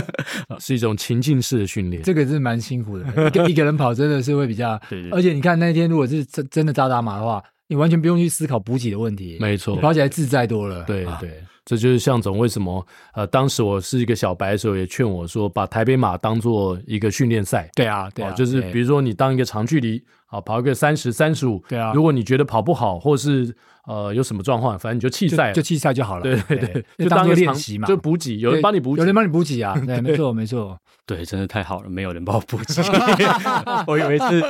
Speaker 1: 是一种情境式的训练。
Speaker 2: 这个是蛮辛苦的，一个一个人跑真的是会比较，
Speaker 4: 对对对
Speaker 2: 而且你看那天如果是真真的扎达马的话，你完全不用去思考补给的问题，
Speaker 1: 没错
Speaker 2: 你跑起来自在多了。
Speaker 1: 对
Speaker 2: 啊
Speaker 1: 对，这就是向总为什么呃，当时我是一个小白的时候，也劝我说，把台北马当做一个训练赛。
Speaker 2: 对啊，对啊，
Speaker 1: 哦就是
Speaker 2: 对
Speaker 1: 比如说你当一个长距离，好跑一个三十、三十五，
Speaker 2: 对啊
Speaker 1: 如果你觉得跑不好，或是呃有什么状况，反正你就弃赛了，
Speaker 2: 就就弃赛就好了。
Speaker 1: 对对对，
Speaker 2: 就
Speaker 1: 当
Speaker 2: 当
Speaker 1: 一
Speaker 2: 做
Speaker 1: 个
Speaker 2: 练
Speaker 1: 长
Speaker 2: 习嘛，
Speaker 1: 就补给，有人
Speaker 2: 对
Speaker 1: 帮你补给，
Speaker 2: 有人帮你补给 啊，对，没错没错，
Speaker 4: 对，真的太好了，没有人帮我补给， 我以为是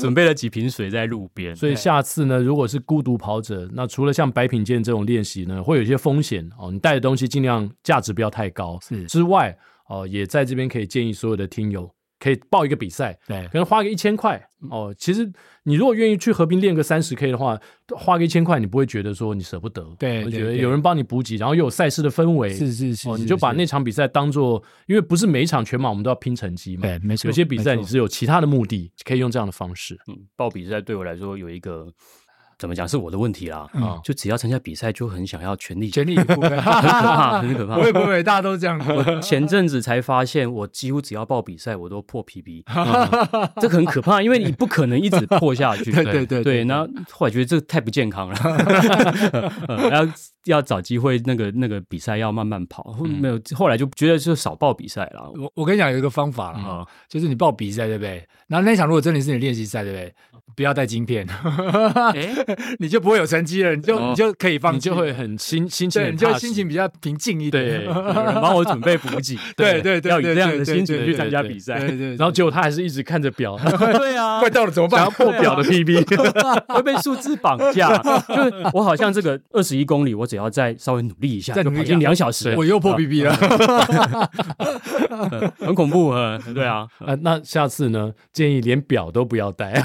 Speaker 4: 准备了几瓶水在路边，
Speaker 1: 所以下次呢，如果是孤独跑者，那除了像白品健这种练习呢，会有一些风险哦。你带的东西尽量价值不要太高，
Speaker 2: 是
Speaker 1: 之外哦，也在这边可以建议所有的听友可以报一个比赛，
Speaker 2: 对
Speaker 1: 可能花个一千块
Speaker 2: 嗯
Speaker 1: 哦。其实你如果愿意去河滨练个三十 K 的话，花个一千块，你不会觉得说你舍不得，
Speaker 2: 对
Speaker 1: 我
Speaker 2: 对
Speaker 1: 觉得
Speaker 2: 对
Speaker 1: 有人帮你补给，然后又有赛事的氛围，
Speaker 2: 是是是，
Speaker 1: 哦，
Speaker 2: 是
Speaker 1: 你就把
Speaker 2: 是
Speaker 1: 那场比赛当做，因为不是每一场全马我们都要拼成绩嘛，
Speaker 2: 对，没错，
Speaker 1: 有些比赛
Speaker 2: 没
Speaker 1: 你
Speaker 2: 错
Speaker 1: 是有其他的目的，可以用这样的方式。
Speaker 4: 嗯，报比赛对我来说有一个怎么讲是我的问题啦，
Speaker 1: 嗯
Speaker 4: 就只要参加比赛就很想要全力，
Speaker 2: 全力以赴，很可
Speaker 4: 很可怕，很可怕
Speaker 2: 不。会不会，大家都这样，
Speaker 4: 我前阵子才发现，我几乎只要报比赛，我都破 PB，、嗯、这个很可怕，因为你不可能一直破下去。
Speaker 2: 对对对对
Speaker 4: 对。
Speaker 2: 对
Speaker 4: 那后来觉得这太不健康了， 呃要要找机会，那个那个比赛要慢慢跑。
Speaker 2: 嗯
Speaker 4: 没有，后来就觉得就少报比赛了。
Speaker 2: 我我跟你讲有一个方法
Speaker 1: 嗯
Speaker 2: 了哈，就是你报比赛对不对？然后那一场如果真的是你练习赛对不对？不要带晶片，
Speaker 4: 哎、
Speaker 2: 你就不会有成绩了，你就
Speaker 1: 哦
Speaker 2: 你就可以放
Speaker 1: 你
Speaker 2: 弃，
Speaker 1: 就会很心心情
Speaker 2: 对，
Speaker 1: 很
Speaker 2: 你就
Speaker 1: 踏
Speaker 2: 会
Speaker 1: 实，
Speaker 2: 心情比较平静一
Speaker 1: 对，
Speaker 2: 点。
Speaker 1: 有
Speaker 4: 有人
Speaker 1: 人
Speaker 4: 帮我准备补给，
Speaker 2: 对对对
Speaker 4: 要以
Speaker 2: 对
Speaker 4: 这样的
Speaker 2: 对
Speaker 4: 心情
Speaker 2: 对
Speaker 4: 去
Speaker 2: 对
Speaker 4: 参加
Speaker 1: 对
Speaker 4: 比
Speaker 2: 对
Speaker 4: 赛。
Speaker 2: 对，
Speaker 1: 然后结果他还是一直看着表，
Speaker 4: 对啊，
Speaker 2: 快到了怎么
Speaker 1: 想
Speaker 2: 办
Speaker 1: 要？破表的 PB。
Speaker 4: 会被数字绑架。就是我好像这个二十一公里，我只要再稍微努力一下，
Speaker 2: 再
Speaker 4: 就
Speaker 2: 努力
Speaker 4: 跑
Speaker 2: 一下
Speaker 4: 进两小时，
Speaker 2: 我又破 BB 了，
Speaker 4: 呃很恐怖啊！呃对啊，
Speaker 1: 啊，那下次呢，建议连表都不要带，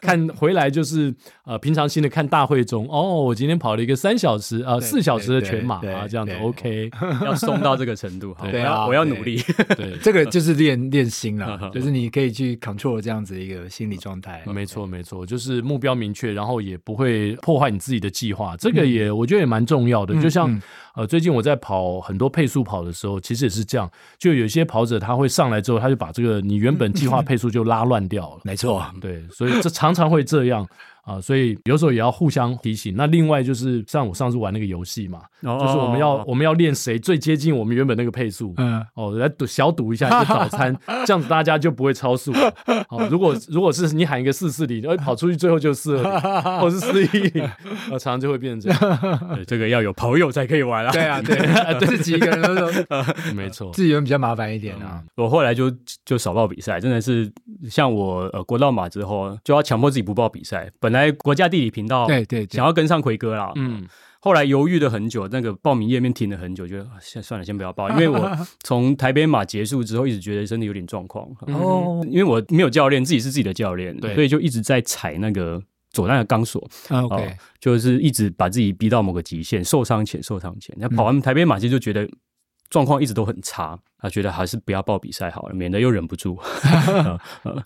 Speaker 1: 看回来就是呃，平常心的看大会中，哦，我今天跑了一个三小时呃
Speaker 2: 对
Speaker 1: 四小时的
Speaker 2: 对
Speaker 1: 全马
Speaker 2: 对
Speaker 1: 啊，这样子
Speaker 2: 对
Speaker 1: OK，
Speaker 4: 要松到这个程度，好，我
Speaker 2: 对
Speaker 4: 要
Speaker 2: 啊
Speaker 4: 我要
Speaker 2: 对
Speaker 4: 努 力。
Speaker 1: 对，
Speaker 2: 这个就是练 练心 了，就是你可以去 control 这样子的一个心理状态。
Speaker 1: 没错，没错，就是目标明确，然后也不会破坏你自己的计划，这个也、我觉得也蛮重要的。就像、
Speaker 2: 嗯
Speaker 1: 呃，最近我在跑很多配速跑的时候，其实也是这样，就有一些跑者他会上来之后，他就把这个你原本计
Speaker 2: 嗯
Speaker 1: 划配速就拉乱掉了。
Speaker 2: 没错，
Speaker 1: 对，所以这常常会这样啊、所以有时候也要互相提醒。那另外就是像我上次玩那个游戏嘛，
Speaker 4: 哦
Speaker 1: 就是我们要、我们要练谁最接近我们原本那个配速。
Speaker 2: 嗯，
Speaker 1: 哦，来赌小赌一下一个早餐，这样子大家就不会超速了。好、如果如果是你喊一个四四零，哎，跑出去最后就四二零，或是四一零，呃，常常就会变成这样。
Speaker 4: 对这个要有朋友才可以玩啊。
Speaker 2: 对啊，对，自己一个人都是
Speaker 1: 没错，
Speaker 2: 自己人比较麻烦一点啊。
Speaker 4: 我后来就就少报比赛，真的是像我呃国道马之后就要强迫自己不报比赛。本来国家地理频道
Speaker 2: 对对对
Speaker 4: 想要跟上奎哥啦，
Speaker 1: 嗯，
Speaker 4: 后来犹豫了很久，那个报名页面停了很久，觉得啊先算了，先不要报，因为 我从台北马结束之后，一直觉得身体有点状况，
Speaker 2: 哦，
Speaker 4: 因为我没有教练，自己是自己的教练，
Speaker 1: 对
Speaker 4: 所以就一直在踩那个左那个钢索，
Speaker 2: 嗯
Speaker 4: 哦
Speaker 2: ，OK，
Speaker 4: 就是一直把自己逼到某个极限，受伤前受伤前，
Speaker 1: 嗯
Speaker 4: 那跑完台北马其实就觉得状况一直都很差，他觉得还是不要报比赛好了，免得又忍不住。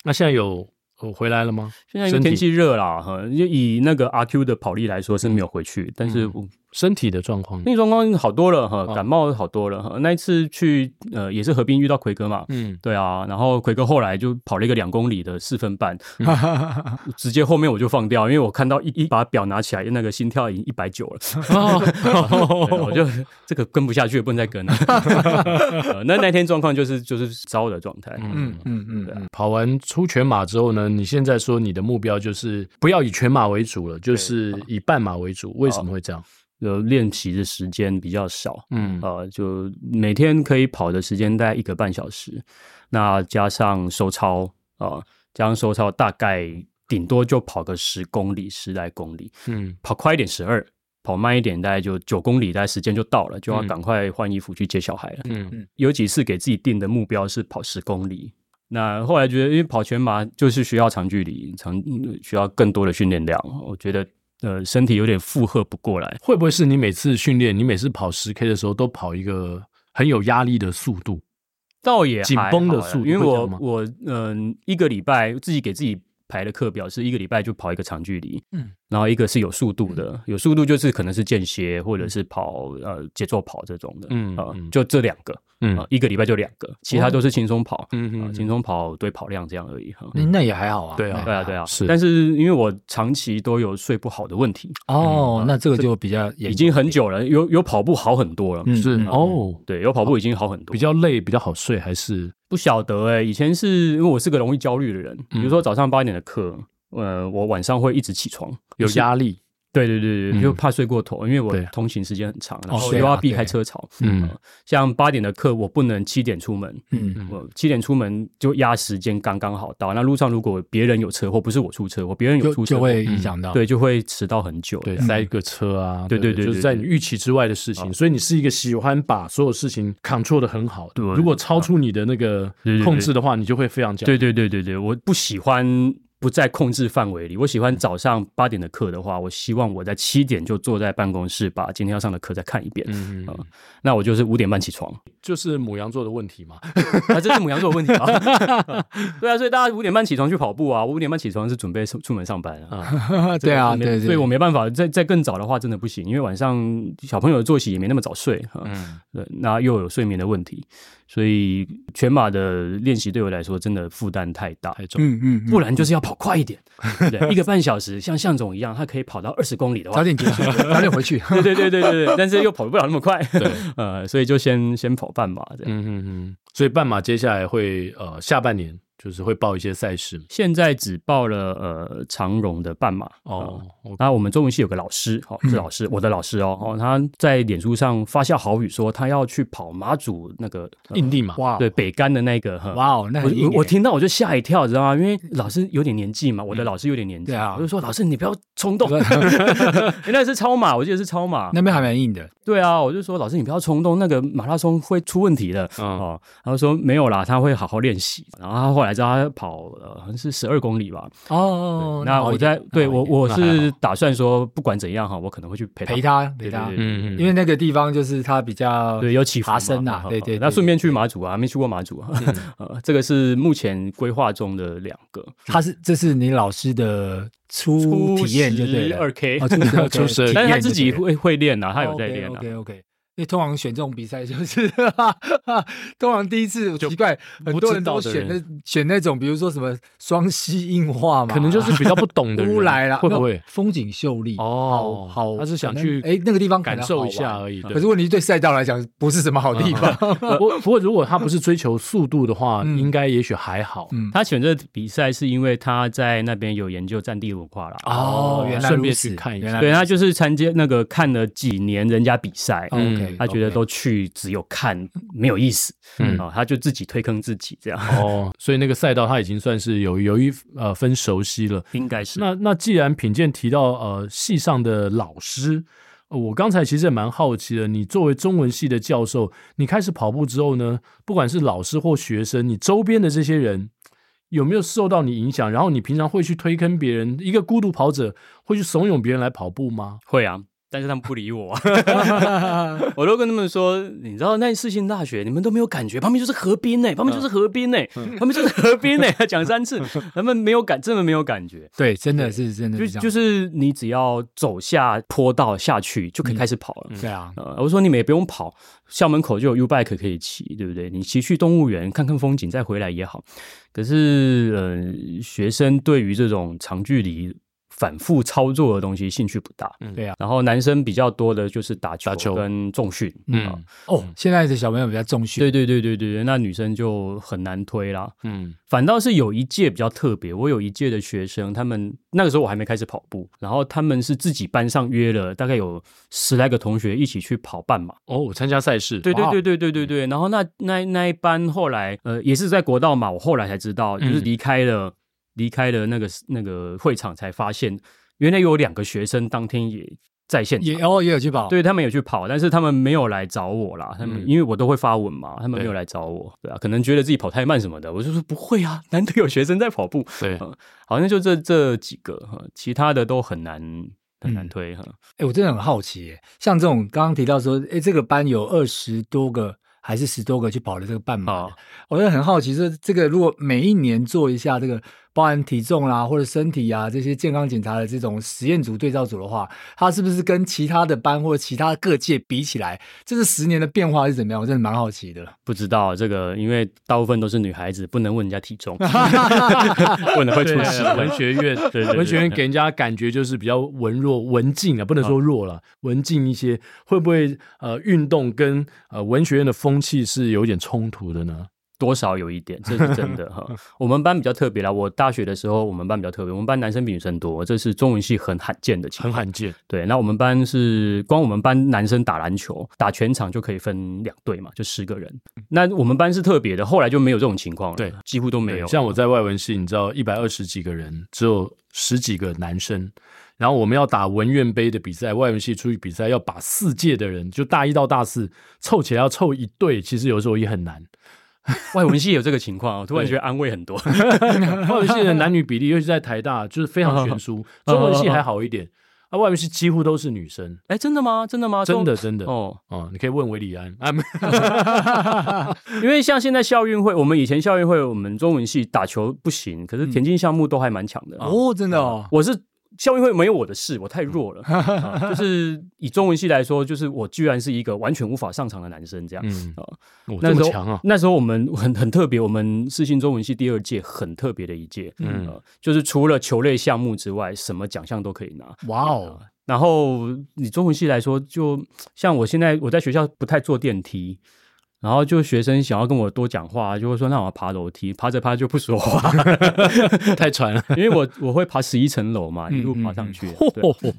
Speaker 1: 那现在有、呃回来了吗？
Speaker 4: 现在因为
Speaker 1: 身体
Speaker 4: 天气热啦，哈，就以那个阿 Q 的跑力来说是没有回去，但是
Speaker 1: 嗯
Speaker 4: 我
Speaker 1: 身体的状况呢
Speaker 4: 那，个状况好多了哈，
Speaker 1: 哦
Speaker 4: 感冒好多了哈。那一次去呃也是河滨遇到奎哥嘛，
Speaker 1: 嗯，
Speaker 4: 对啊，然后奎哥后来就跑了一个两公里的四 分半，直接后面我就放掉，因为我看到一一把表拿起来，那个心跳已经一百九 了，
Speaker 1: 哦
Speaker 4: 对我就这个跟不下去，不能 再跟了。呃那那天状况就是就是糟的状态，
Speaker 2: 嗯嗯嗯，
Speaker 4: 啊
Speaker 2: 嗯
Speaker 1: 跑完出全马之后呢，你现在说你的目标就是不要以全马为主了，就是以半马为主，为什么会这样？
Speaker 4: 呃，练习的时间比较少，
Speaker 1: 嗯
Speaker 4: 呃，就每天可以跑的时间大概一个半小时，那加上收操啊、呃加上收操大概顶多就跑个十公里、十来公里，
Speaker 1: 嗯
Speaker 4: 跑快一点十二，跑慢一点大概就九公里，大概时间就到了，就要
Speaker 1: 嗯
Speaker 4: 赶快换衣服去接小孩了。
Speaker 1: 嗯
Speaker 4: 有几次给自己定的目标是跑十公里。那后来觉得，因为跑全马就是需要长距离，长嗯需要更多的训练量，我觉得呃身体有点负荷不过来。
Speaker 1: 会不会是你每次训练，你每次跑十 K 的时候都跑一个很有压力的速度？
Speaker 4: 倒也还
Speaker 1: 紧绷的
Speaker 4: 好啦
Speaker 1: 速度
Speaker 4: 因为
Speaker 1: 会这
Speaker 4: 我
Speaker 1: 样吗
Speaker 4: 我嗯、一个礼拜自己给自己排的课表是一个礼拜就跑一个长距离，
Speaker 2: 嗯，
Speaker 4: 然后一个是有速度
Speaker 1: 嗯
Speaker 4: 的，有速度就是可能是间歇或者是跑呃节奏跑这种的，
Speaker 1: 嗯
Speaker 4: 啊、
Speaker 1: 嗯
Speaker 4: 就这两个，
Speaker 1: 嗯
Speaker 4: 啊一个礼拜就两个，其他都是轻松跑，
Speaker 1: 嗯嗯
Speaker 4: 啊
Speaker 1: 嗯
Speaker 4: 轻松跑对跑量这样而已哈。
Speaker 2: 那也还好啊。
Speaker 1: 对啊
Speaker 2: 那
Speaker 4: 对
Speaker 2: 也
Speaker 4: 啊，
Speaker 2: 还好
Speaker 4: 对啊，
Speaker 1: 是
Speaker 4: 但是因为我长期都有睡不好的问题，
Speaker 2: 哦，
Speaker 4: 嗯
Speaker 2: 那这个就比较
Speaker 4: 已
Speaker 2: 已
Speaker 4: 经很久了，有有跑步好很多了。
Speaker 2: 嗯
Speaker 1: 是
Speaker 2: 嗯
Speaker 1: 哦，
Speaker 4: 对，有跑步已经好很多，
Speaker 1: 比较累，比较好睡，还是
Speaker 4: 不晓得哎、以前是因为我是个容易焦虑的人，比
Speaker 1: 嗯
Speaker 4: 如说早上八点的课，呃，我晚上会一直起床，
Speaker 1: 有
Speaker 4: 就是
Speaker 1: 压力？
Speaker 4: 对对对对，
Speaker 1: 嗯
Speaker 4: 就怕睡过头，因为我
Speaker 1: 对啊哦
Speaker 4: 通勤时间很长，然后
Speaker 2: 对
Speaker 4: 又
Speaker 2: 啊
Speaker 4: 要避
Speaker 2: 对
Speaker 4: 开车潮。
Speaker 1: 嗯
Speaker 4: 呃像八点的课，我不能七点出门，
Speaker 2: 嗯
Speaker 1: 嗯
Speaker 4: 我七点出门就压时间刚刚好到。那路上如果别人有车祸，不是我出车祸，别人有
Speaker 2: 就
Speaker 4: 出车
Speaker 2: 就
Speaker 4: 祸，
Speaker 2: 会影响到。
Speaker 4: 对，就会迟到很久。
Speaker 1: 对，塞个车啊，
Speaker 4: 对
Speaker 1: 对不
Speaker 4: 对嗯对对
Speaker 1: 就是在
Speaker 4: 对啊
Speaker 1: 你预期之外的事情，所以你是一个喜欢把所有事情 control 的很好的。
Speaker 4: 对
Speaker 1: 如果超出你的那个
Speaker 4: 对对对
Speaker 1: 控制的话，你就会非常焦虑。
Speaker 4: 对对对对对，我不喜欢不在控制范围里。我喜欢早上八点的课的话，我希望我在七点就坐在办公室，把今天要上的课再看一遍。
Speaker 1: 嗯，嗯
Speaker 4: 啊那我就是五点半起床，
Speaker 1: 就是母羊座的问题嘛。
Speaker 4: 啊，这是母羊座的问题啊。 对啊，所以大家五点半起床去跑步啊，我五点半起床是准备出出门上班 啊。
Speaker 2: 对啊，
Speaker 4: 没
Speaker 2: 对对，
Speaker 4: 所以我没办法，再再更早的话真的不行，因为晚上小朋友的作息也没那么早睡啊。
Speaker 1: 嗯，
Speaker 4: 对，那又有睡眠的问题，所以全马的练习对我来说真的负担太大。
Speaker 1: 太重。
Speaker 2: 嗯嗯，
Speaker 4: 不然就是要跑快一点，对，一个半小时，像向总一样，他可以跑到二十公里的
Speaker 2: 早
Speaker 4: 话，
Speaker 2: 点结 束，早点回去。
Speaker 4: 对对对对对对，但是又跑不了那么快，
Speaker 1: 对，
Speaker 4: 呃，所以就先先跑半马这样。
Speaker 1: 嗯嗯嗯。所以半马接下来会呃下半年就是会报一些赛事嘛。
Speaker 4: 现在只报了呃长荣的半马
Speaker 1: 哦
Speaker 4: 呃，
Speaker 2: 嗯
Speaker 1: 我
Speaker 4: 那我们中文系有个老师，好、是老师，我的老师哦，哦，他在脸书上发下豪语说他要去跑马祖那个、呃
Speaker 1: 印地马。
Speaker 2: 哇哦
Speaker 4: 对北干的那个，哇
Speaker 2: 哇哦，那
Speaker 4: 我
Speaker 2: 很硬
Speaker 4: 我我
Speaker 2: 耶
Speaker 4: 听到我就吓一跳，知道吗？因为老师有点年纪嘛，我的老师有点年纪，
Speaker 2: 对啊
Speaker 4: 我就说老师你不要冲 动， 原来是超马，我记得是超马，
Speaker 2: 那边还蛮硬的，
Speaker 4: 对啊，我就说老师你不要冲动，那个马拉松会出问题的、
Speaker 1: 嗯
Speaker 4: 哦。然后说没有啦，他会好好练习。然后他后来知道他跑呃好像是十二公里吧，
Speaker 2: 哦，
Speaker 4: 那
Speaker 2: 好
Speaker 4: 我
Speaker 2: 一点
Speaker 4: 在对我我
Speaker 1: 那还
Speaker 4: 是打算说不管怎样哈，我可能会去陪
Speaker 2: 陪
Speaker 4: 他。
Speaker 2: 他陪他
Speaker 4: 对，对
Speaker 1: 嗯嗯，
Speaker 2: 因为那个地方就是他比较
Speaker 4: 对，有起伏嘛
Speaker 2: 爬升啊
Speaker 4: 哈哈
Speaker 2: 对对对
Speaker 4: 那顺便去马祖啊，没去过马祖啊，
Speaker 1: 嗯
Speaker 4: 呃，这个是目前规划中的两个。
Speaker 2: 他是这是你老师的初体验就对了，
Speaker 4: 二 K，
Speaker 2: 哦初十 二 K，
Speaker 1: 初十二 K
Speaker 2: 体验就对了哦
Speaker 4: 但是他自己会会练啊，他有在练啊。
Speaker 2: OK OK，因为通常选这种比赛就是， 通常第一次奇怪，很多人都选那选那种，比如说什么双溪硬化嘛，
Speaker 1: 可能就是比较不懂的 人
Speaker 2: 乌来啦，
Speaker 1: 会不
Speaker 2: 没
Speaker 1: 会
Speaker 2: 有？风景秀丽
Speaker 1: 哦
Speaker 2: 好好
Speaker 1: 他是想
Speaker 2: 可能
Speaker 1: 去
Speaker 2: 哎那个地方可能
Speaker 1: 感受一
Speaker 2: 好
Speaker 1: 下
Speaker 2: 玩
Speaker 1: 而已。对啊
Speaker 2: 可是问题对赛道来讲不是什么好地 方，
Speaker 1: 不过不过如果他不是追求速度的话，
Speaker 2: 嗯
Speaker 1: 应该也许还好。
Speaker 2: 嗯
Speaker 4: 他选这个比赛是因为他在那边有研究战地文化啦。
Speaker 2: 哦原来
Speaker 1: 顺
Speaker 2: 如
Speaker 1: 便
Speaker 2: 此，
Speaker 1: 去看一下啊
Speaker 2: 原来
Speaker 4: 对他就是参加那个看了几年人家比赛，
Speaker 1: 嗯
Speaker 2: 哦 OK，
Speaker 4: 他觉得都去只有看没有意思，
Speaker 1: 嗯
Speaker 4: 哦，他就自己推坑自己这样，
Speaker 1: 哦，所以那个赛道他已经算是有有一呃分熟悉了。
Speaker 4: 应该是。
Speaker 1: 那那既然品鉴提到呃系上的老师，呃我刚才其实也蛮好奇的，你作为中文系的教授，你开始跑步之后呢，不管是老师或学生，你周边的这些人有没有受到你影响？然后你平常会去推坑别人，一个孤独跑者会去怂恿别人来跑步吗？
Speaker 4: 会啊，但是他们不理我、啊， 我都跟他们说，你知道那世新大学，你们都没有感觉，旁边就是河滨呢、旁边就是河滨呢、旁边就是河滨呢、 讲三次，他们没有感，真的没有感觉。
Speaker 2: 对，真的是真的
Speaker 4: 就是
Speaker 2: 这样，
Speaker 4: 就是你只要走下坡道下去，就可以开始跑了。
Speaker 2: 对
Speaker 1: 嗯
Speaker 2: 啊，
Speaker 4: 呃，我说你们也不用跑，校门口就有 U bike 可以骑，对不对？你骑去动物园看看风景，再回来也好。可是，呃，学生对于这种长距离反复操作的东西兴趣不大，
Speaker 2: 对啊。
Speaker 4: 然后男生比较多的就是打球
Speaker 1: 打球
Speaker 4: 跟重训，
Speaker 1: 嗯
Speaker 4: 啊
Speaker 2: 哦，现在的小朋友比较重训，
Speaker 4: 对对对对对对，那女生就很难推啦。
Speaker 1: 嗯
Speaker 4: 反倒是有一届比较特别，我有一届的学生，他们那个时候我还没开始跑步，然后他们是自己班上约了大概有十来个同学一起去跑半马。
Speaker 1: 哦，参加赛事，
Speaker 4: 对对
Speaker 2: 哇
Speaker 4: 对对对对对。然后那那那一班后来呃也是在国道嘛，我后来才知道，就是
Speaker 1: 嗯
Speaker 4: 离开了、离开了那个那个会场才发现，原来有两个学生当天也在现场
Speaker 2: 也。哦也有去跑，
Speaker 4: 对他们有去跑，但是他们没有来找我啦。他们、
Speaker 1: 嗯
Speaker 4: 因为我都会发文嘛，他们
Speaker 1: 对
Speaker 4: 没有来找我，对啊，可能觉得自己跑太慢什么的。我就说不会啊，难得有学生在跑步，
Speaker 1: 对
Speaker 4: 嗯好像就这这几个，哈其他的都很难很难
Speaker 2: 嗯
Speaker 4: 推呃哈。
Speaker 2: 哎、我真的很好奇耶，像这种刚刚提到说，哎，这个班有二十多个还是十多个去跑了这个半马的
Speaker 4: 好。
Speaker 2: 我就很好奇，说这个如果每一年做一下这个包含体重啦、或者身体啊这些健康检查的这种实验组对照组的话，它是不是跟其他的班或者其他各界比起来，这是十年的变化是怎么样？我真的蛮好奇的。
Speaker 4: 不知道这个，因为大部分都是女孩子，不能问人家体 重，问了会出事。
Speaker 1: 文学院，
Speaker 4: 对对对
Speaker 1: 文学院给人家感觉就是比较文弱、文静啊，不能说弱了，文静一些。会不会呃，运动跟呃文学院的风气是有一点冲突的呢？
Speaker 4: 多少有一点，这是真 的哈。我们班比较特别啦，我大学的时候我们班比较特别，我们班男生比女生多，这是中文系很罕见的情
Speaker 1: 很
Speaker 4: 况。
Speaker 1: 罕见，
Speaker 4: 对，那我们班是光我们班男生打篮球，打全场就可以分两队嘛，就十个人。那我们班是特别的，后来就没有这种情况了，
Speaker 1: 嗯对，
Speaker 4: 几乎都没有。
Speaker 1: 像我在外文系，你知道一百二十几个人，只有十几个男生。然后我们要打文院杯的比赛，外文系出去比赛要把四届的人，就大一到大四凑起来要凑一队，其实有时候也很难。
Speaker 4: 外文系有这个情况，啊我突然
Speaker 1: 对
Speaker 4: 觉得安慰很多。
Speaker 1: 外文系的男女比例，尤其在台大，就是非常悬 殊。中文系还好一点，啊，外文系几乎都是女生，
Speaker 4: 哎，真的吗？真的吗？
Speaker 1: 真的真的。哦，
Speaker 4: 哦，
Speaker 1: 你可以问韦礼安啊，没
Speaker 4: 因为像现在校运会，我们以前校运会，我们中文系打球不行，
Speaker 1: 嗯
Speaker 4: 可是田径项目都还蛮强的。
Speaker 2: 哦，真的哦，
Speaker 4: 我是校运会没有我的事，我太弱 了。啊就是以中文系来说，就是我居然是一个完全无法上场的男生这样。
Speaker 1: 嗯
Speaker 4: 哦，
Speaker 1: 我
Speaker 4: 那
Speaker 1: 这
Speaker 4: 时
Speaker 1: 么
Speaker 4: 候
Speaker 1: 强啊，
Speaker 4: 那时候我们很很特别，我们世新中文系第二届很特别的一届，
Speaker 1: 嗯
Speaker 4: 嗯、呃，就是除了球类项目之外，什么奖项都可以拿。
Speaker 2: 哇哦，
Speaker 4: 然后你中文系来说，就像我现在我在学校不太坐电梯，然后就学生想要跟我多讲话，就会说那我要爬楼梯，爬着爬着就不 说话，
Speaker 1: 太喘了。
Speaker 4: 因为我我会爬十一层楼嘛，
Speaker 2: 嗯
Speaker 4: 一路爬上去。啊
Speaker 1: 嚯嚯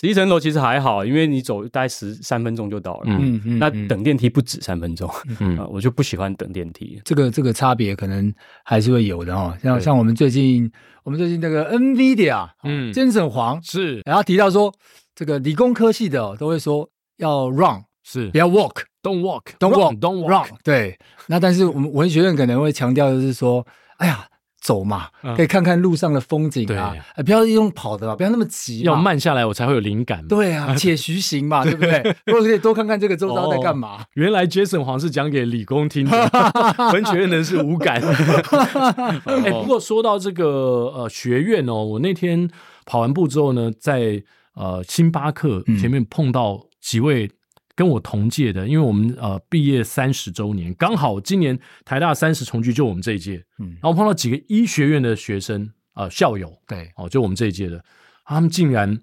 Speaker 4: 十一层楼其实还好，因为你走大概十三分钟就到了。
Speaker 1: 嗯
Speaker 2: 嗯嗯，
Speaker 4: 那
Speaker 2: 嗯
Speaker 4: 等电梯不止三分钟，
Speaker 1: 嗯
Speaker 4: 啊我就不喜欢等电梯。
Speaker 2: 这个这个差别可能还是会有的哦。像像我们最近，我们最近这个 NVIDIA，
Speaker 1: 嗯
Speaker 2: 嗯，坚森 黄，
Speaker 1: 是
Speaker 2: 然后提到说，这个理工科系的哦、都会说要 run，
Speaker 1: 是
Speaker 2: 不要 walk，
Speaker 1: ，Don't walk,
Speaker 2: Don't walk,
Speaker 1: Don't
Speaker 2: run。对，那但是我们文学院可能会强调的是说，哎呀，走嘛，可以看看路上的风景
Speaker 1: 嗯
Speaker 2: 啊
Speaker 1: 对，
Speaker 2: 哎不要用跑的嘛，不要那么急，
Speaker 1: 要。慢下来，我才会有灵感。，
Speaker 2: 对啊，且徐行嘛，对不对？如果可以多看看这个周遭在干嘛，
Speaker 1: 原来 Jason 黄是讲给理工听的，文学院的是无感。哎，不过说到这个呃学院哦，我那天跑完步之后呢，在呃星巴克
Speaker 2: 嗯
Speaker 1: 前面碰到几位跟我同届的，因为我们呃毕业三十周年，刚好今年台大三十重聚就我们这一届，
Speaker 2: 嗯
Speaker 1: 然后碰到几个医学院的学生呃校友，
Speaker 2: 对，
Speaker 1: 哦，就我们这一届的，他们竟然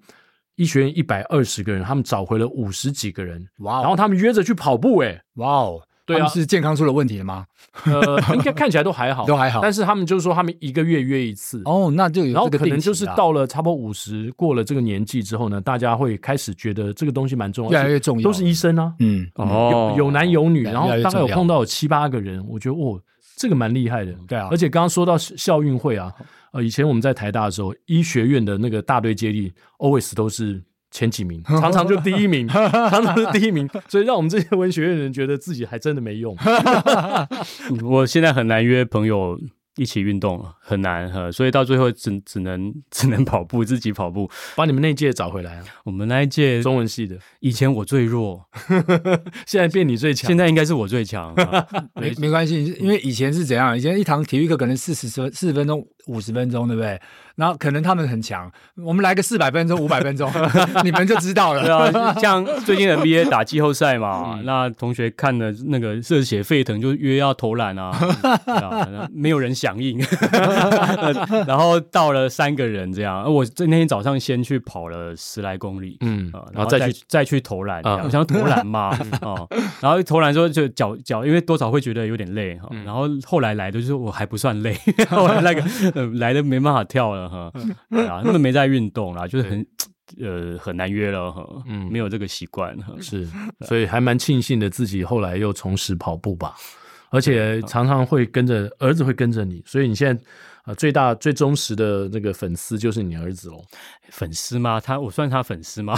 Speaker 1: 医学院一百二十个人，他们找回了五十几个人，
Speaker 2: 哇
Speaker 1: 然后
Speaker 2: 哦，
Speaker 1: 他们约着去跑步、 欸，
Speaker 2: 哇哦，
Speaker 1: 对啊
Speaker 2: 他们是健康出了问题了吗？
Speaker 1: 呃，应该看起来都还好，
Speaker 2: 都还好
Speaker 1: 但是他们就是说他们一个月约一次，
Speaker 2: 哦，那就有
Speaker 1: 然后
Speaker 2: 这个
Speaker 1: 可能
Speaker 2: 定期
Speaker 1: 就是
Speaker 2: 啦
Speaker 1: 到了差不多五十过了这个年纪之后呢，大家会开始觉得这个东西蛮重要，
Speaker 2: 越来越重要，
Speaker 1: 都是医生啊，
Speaker 2: 嗯，
Speaker 4: 哦
Speaker 1: 有有男有女，
Speaker 2: 对
Speaker 1: 然后
Speaker 2: 越来越
Speaker 1: 大概有
Speaker 2: 重要
Speaker 1: 碰到有七八个人，我觉得哦，这个蛮厉害的。
Speaker 2: 对啊哦
Speaker 1: 而且刚刚说到校校运会啊，呃，以前我们在台大的时候，医学院的那个大队接力 always 都是前几 名，常常就第一名，常常是第一名，所以让我们这些文学院的人觉得自己还真的没用。
Speaker 4: 我现在很难约朋友一起运动了，很难哈，呃所以到最后只只能只能跑步，自己跑步。
Speaker 1: 把你们那届找回来啊，
Speaker 4: 我们那一届
Speaker 1: 中文系的，
Speaker 4: 以前我最弱，
Speaker 1: 现在变你最强
Speaker 4: 现。在应该是我最强。 啊
Speaker 2: 没没关系，因为以前是怎样？以前一堂体育课可能四十分、四十分钟、五十分钟，对不对？然后可能他们很强，我们来个四百分钟、五百分 钟，你们就知道
Speaker 4: 对
Speaker 2: 了。
Speaker 4: 啊，像最近 NBA 打季后赛
Speaker 1: 嗯
Speaker 4: 嘛，那同学看了那个热血沸腾，就约要投 篮啊，对啊那没有人响应，然后到了三个人这样，呃我那天早上先去跑了十来公里，
Speaker 1: 嗯
Speaker 4: 啊，
Speaker 1: 然后
Speaker 4: 然后
Speaker 1: 再
Speaker 4: 再
Speaker 1: 去
Speaker 4: 去再去投篮，这样
Speaker 1: 啊
Speaker 4: 我想要投篮嘛， 哦，然后投篮之后就脚脚，因为多少会觉得有点累
Speaker 1: 嗯
Speaker 4: 哈，然后后来来的就是我还不算累，后来那个呃来的没办法跳了哈，
Speaker 1: 嗯
Speaker 4: 对啊，他们没在运动啦，就是很呃很难约了哈，
Speaker 1: 嗯
Speaker 4: 没有这个习惯哈，
Speaker 1: 是，所以还蛮庆幸的，自己后来又重拾跑步吧。而且常常会跟着儿子会跟着你，所以你现在呃最大最忠实的那个粉丝就是你儿子喽。
Speaker 4: 粉丝吗？他我算他粉丝吗？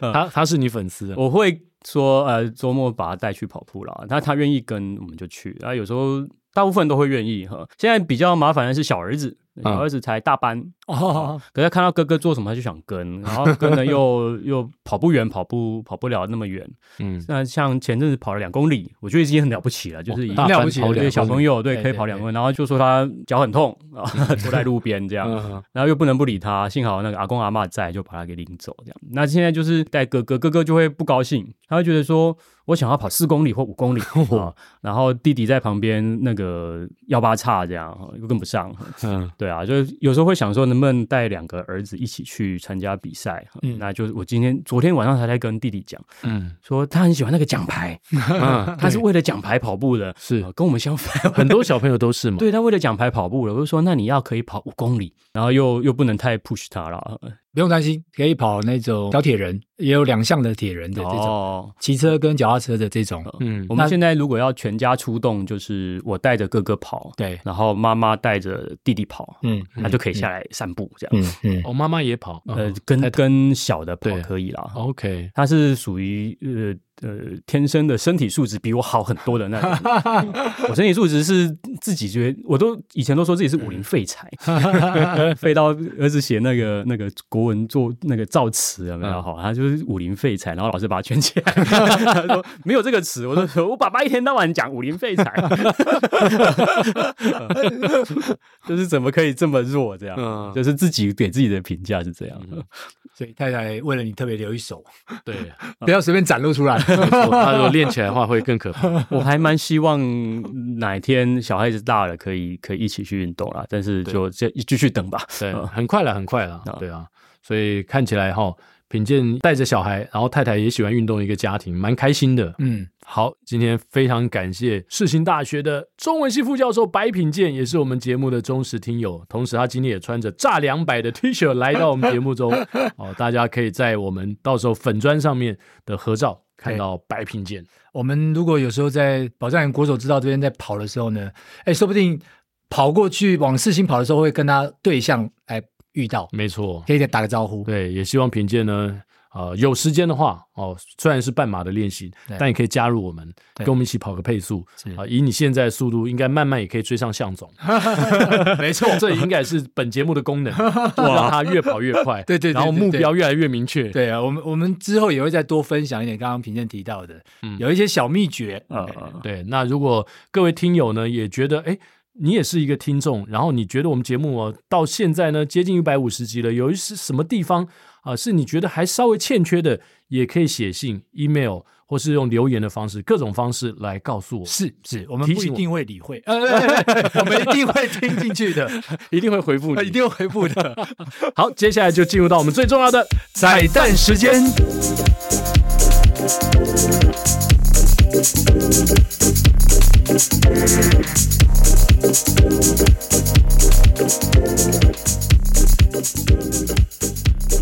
Speaker 1: 他他是你粉丝，
Speaker 4: 我会说呃周末把他带去跑步啦，那他愿意跟我们就去，啊有时候大部分都会愿意哈，现在比较麻烦的是小儿子。对
Speaker 1: 嗯
Speaker 4: 小儿子才大班，啊
Speaker 2: 哦，
Speaker 4: 可是他看到哥哥做什么，他就想跟，然后跟了又又跑不远，跑不跑不了那么远。
Speaker 1: 嗯，
Speaker 4: 那像前阵子跑了两公里，我觉得已经很了不起了，就是以
Speaker 1: 哦大
Speaker 2: 了
Speaker 1: 班
Speaker 2: 不起
Speaker 1: 跑
Speaker 2: 了
Speaker 1: 两
Speaker 4: 对小
Speaker 1: 公
Speaker 4: 朋
Speaker 1: 里，
Speaker 4: 友对
Speaker 2: 对
Speaker 4: 可以
Speaker 2: 对
Speaker 4: 跑两公里，然后就说他脚很痛 啊，坐在路边这样，
Speaker 1: 嗯，
Speaker 4: 然后又不能不理他，幸好那个阿公阿嬷在，就把他给领走这样。那现在就是带哥哥，哥哥就会不高兴，他会觉得说我想要跑四公里或五公里、
Speaker 1: 哦
Speaker 4: 啊，然后弟弟在旁边那个幺八叉这样啊又跟不上，
Speaker 1: 嗯
Speaker 4: 对啊，就是有时候会想说能不能带两个儿子一起去参加比赛，啊
Speaker 2: 嗯
Speaker 4: 那就是我今天昨天晚上才在跟弟弟讲，
Speaker 1: 嗯
Speaker 4: 说他很喜欢那个 奖牌，啊
Speaker 1: 嗯，
Speaker 4: 他是为了奖牌跑步的，
Speaker 1: 是
Speaker 4: 呃跟我们相反，
Speaker 1: 很多小朋友都是嘛，
Speaker 4: 对他为了奖牌跑步了，我就说那你要可以跑五公里，然后又又不能太 push 他了，
Speaker 2: 不用担心，可以跑那种小铁人，也有两项的铁人的这种，
Speaker 4: 哦，
Speaker 2: 骑车跟脚踏车的这种。
Speaker 1: 嗯
Speaker 4: 我们
Speaker 2: 那
Speaker 4: 现在如果要全家出动，就是我带着哥哥跑，
Speaker 2: 对，
Speaker 4: 然后妈妈带着弟弟跑，
Speaker 2: 嗯
Speaker 4: 他就可以下来散步这样。
Speaker 2: 嗯嗯，
Speaker 1: 哦我妈妈也跑，
Speaker 4: 呃
Speaker 1: 嗯，
Speaker 4: 跟跟小的跑
Speaker 1: 对
Speaker 4: 可以啦。
Speaker 1: ，OK，
Speaker 4: 他是属于呃呃天生的身体素质比我好很多的 那种。我身体素质是自己觉得，我都以前都说自己是武林废 材，废到儿子写那个那个国文作那个造词有没有？
Speaker 1: 嗯
Speaker 4: 好、他就是武林废材，然后老师把他圈起 来，他说没有这个词。我说我爸爸一天到晚讲武 林废材， 就是怎么可以这么弱这样？
Speaker 1: 嗯
Speaker 4: 就是自己给自己的评价是这样的。
Speaker 2: 所以太太为了你特别留一手，
Speaker 1: 对，
Speaker 2: 不要随便展露出来。
Speaker 1: 没错，她如果练起来的话会更可怕，
Speaker 4: 我还蛮希望哪天小孩子大了，可以可以一起去运动啦。但是就这继续等 吧。
Speaker 1: 对，
Speaker 4: 嗯
Speaker 1: 很快了，很快了
Speaker 4: 啊，
Speaker 1: 对啊，所以看起来哈，品鉴带着小孩，然后太太也喜欢运动的一个家庭，蛮开心的，
Speaker 2: 嗯，
Speaker 1: 好，今天非常感谢世新大学的中文系副教授白品健，也是我们节目的忠实听友。同时，他今天也穿着炸两百的 T 恤来到我们节目 中。哦，大家可以在我们到时候粉砖上面的合照看到白品健。
Speaker 2: 我们如果有时候在保障员国手之道这边在跑的时候呢，哎，说不定跑过去往四星跑的时候会跟他对象来遇到，
Speaker 1: 没错，
Speaker 2: 可以再打个招呼。
Speaker 1: 嗯 对，也希望品健呢，呃，有时间的话，哦，虽然是半马的练习，
Speaker 2: 对
Speaker 1: 但也可以加入我们，
Speaker 2: 对
Speaker 1: 跟我们一起跑个配速
Speaker 2: 是
Speaker 1: 啊、以你现在的速度，应该慢慢也可以追上向 总。没错，这应该是本节目的 功能，就让他越跑越快。
Speaker 2: 对对对
Speaker 1: 然后
Speaker 2: 对
Speaker 1: 目
Speaker 2: 对
Speaker 1: 标越来越明确。
Speaker 2: 对啊，我们我们之后也会再多分享一点刚刚评鉴提到的，
Speaker 1: 嗯
Speaker 2: 有一些小秘诀。
Speaker 4: 呃，
Speaker 1: 对，那如果各位听友呢也觉得，哎，你也是一个听众，然后你觉得我们节目哦到现在呢接近一百五十集了，有一些什么地方啊、是你觉得还稍微欠缺的，也可以写信、email 或是用留言的方式，各种方式来告诉我，
Speaker 2: 是是，我们
Speaker 1: 提
Speaker 2: 不一
Speaker 1: 醒我
Speaker 2: 定会理会， 呃，我们一定会听进 去的，
Speaker 1: 一定会回复
Speaker 2: 一
Speaker 1: 你。
Speaker 2: 定会回复 的。
Speaker 1: 好，接下来就进入到我们最重要的
Speaker 2: 彩蛋时间，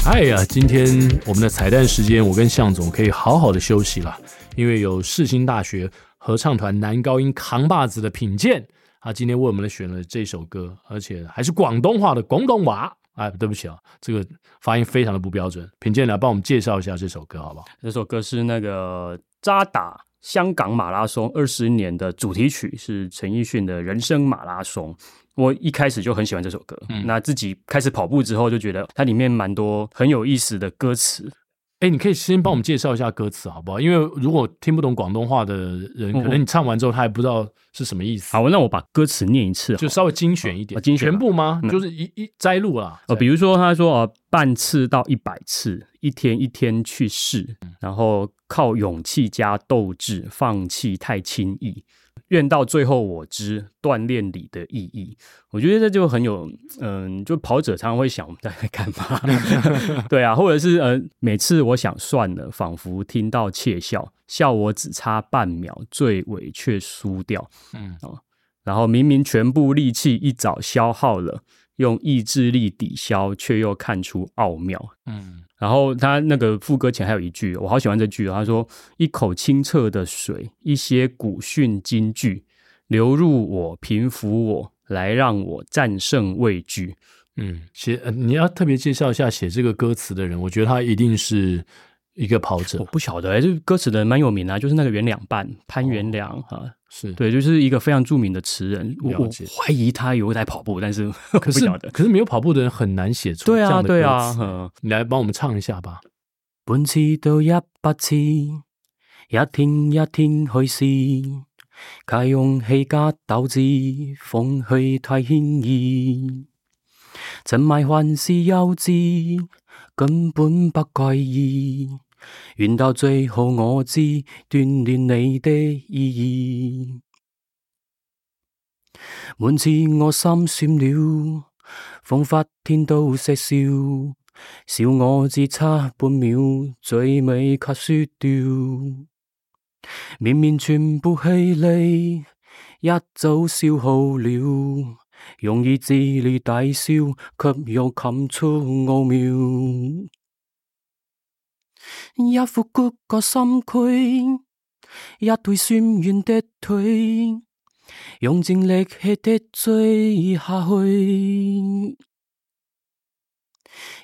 Speaker 1: 哎呀，今天我们的彩蛋时间，我跟向总可以好好的休息了，因为有世新大学合唱团男高音扛把子的品鉴，他今天为我们选了这首歌，而且还是广东话的广东话。哎，对不起啊，这个发音非常的不标准。品鉴来帮我们介绍一下这首歌好不好？
Speaker 4: 这首歌是那个扎打香港马拉松二十年的主题曲，是陈奕迅的《人生马拉松》。我一开始就很喜欢这首歌，
Speaker 1: 嗯
Speaker 4: 那自己开始跑步之后，就觉得它里面蛮多很有意思的歌词。
Speaker 1: 哎，你可以先帮我们介绍一下歌词好不好？因为如果听不懂广东话的人，
Speaker 4: 嗯
Speaker 1: 可能你唱完之后他还不知道是什么意思，
Speaker 4: 好，那我把歌词念一次好了，
Speaker 1: 就稍微精选一点
Speaker 4: 啊。精选
Speaker 1: 全
Speaker 4: 吧
Speaker 1: 部吗？
Speaker 4: 嗯
Speaker 1: 就是一一摘录啊啦。
Speaker 4: 呃，比如说他说呃，半次到一百次，一天一天去试，然后靠勇气加斗志，放弃太轻易。愿到最后我知锻炼里的意义，我觉得这就很有，嗯，就跑者常常会想我们在干嘛，对啊，或者是呃，每次我想算了，仿佛听到窃笑，笑我只差半秒，最尾却输掉。
Speaker 1: 嗯，
Speaker 4: 然后明明全部力气一早消耗了，用意志力抵消，却又看出奥妙。
Speaker 1: 嗯
Speaker 4: 然后他那个副歌前还有一句，我好喜欢这句哦，他说：“一口清澈的水，一些古训金句，流入我，平复我，来让我战胜畏惧。
Speaker 1: 嗯，写、呃、你要特别介绍一下写这个歌词的人，我觉得他一定是一个跑者
Speaker 4: 我，不晓得、欸，这歌词的人蛮有名啊，就是那个袁两半潘元良啊，
Speaker 1: 是
Speaker 4: 对，就是一个非常著名的词人。我
Speaker 1: 了
Speaker 4: 我
Speaker 1: 解
Speaker 4: 怀疑他有在跑步，但是 我不
Speaker 1: 可是
Speaker 4: 晓得。
Speaker 1: 可是没有跑步的人很难写出这
Speaker 4: 对啊，
Speaker 1: 样的
Speaker 4: 对
Speaker 1: 歌
Speaker 4: 啊，
Speaker 1: 词
Speaker 4: 嗯
Speaker 1: 你来帮我们唱一下吧。
Speaker 4: 本次到一百次，一天一天去试，皆用氣加鬥志，奉去太輕易。曾埋患是幼稚，根本不怪異。原到最後我知，鍛鍊你的意義。滿次我心酸了，仿佛天都石笑。笑我只差半秒，最尾卻輸掉。面面全部氣力，一早消耗了。容易自力抵消，卻又冚出奧妙。一副骨個心軀，一對酸軟的腿，用盡力氣的追下去。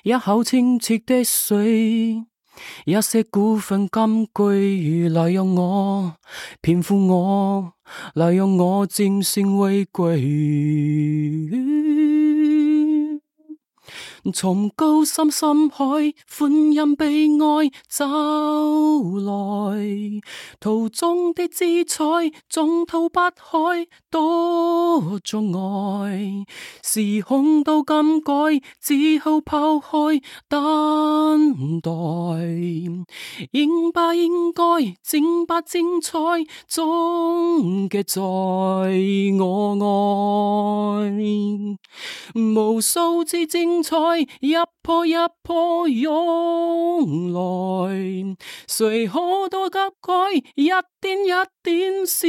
Speaker 4: 一口清澈的水，一些古訓金句，來讓我騙富我，來讓我漸成畏懼。從高深深海，歡欣悲哀走來，途中的姿彩，縱吐不開，多障礙。時空都更改，只好拋開等待。應吧應該，整吧精彩，終極在我愛。無數之精彩，一波一波湧來，誰可多急改？一點一點小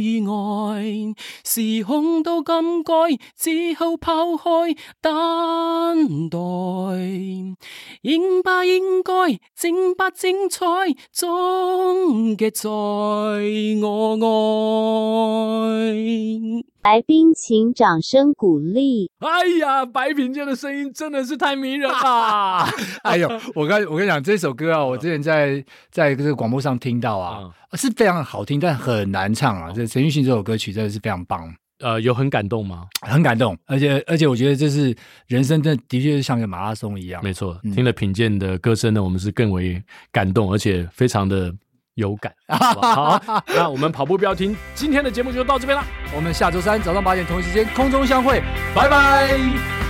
Speaker 4: 意外，時空都更改，只好拋開等待。應吧應該，整吧精彩，終極在我愛。
Speaker 6: 来宾请掌声鼓励。
Speaker 1: 哎呀，白品健的声音真的是太迷 人了！
Speaker 2: 哎呦，我刚我跟你讲这首歌啊，我之前在在这个广播上听到啊，是非常好听，但很难唱啊。这陈奕迅这首歌曲真的是非常棒，
Speaker 1: 呃，有很感动吗？
Speaker 2: 很感动，而且而且我觉得这是人生，真的的确是像个马拉松一样。
Speaker 1: 没错，
Speaker 2: 嗯
Speaker 1: 听了品鉴的歌声呢，我们是更为感动，而且非常的有感。好不 好，好那我们跑步不要停，今天的节目就到这边啦。
Speaker 2: 我们下周三早上八点同一时间空中相会，拜拜。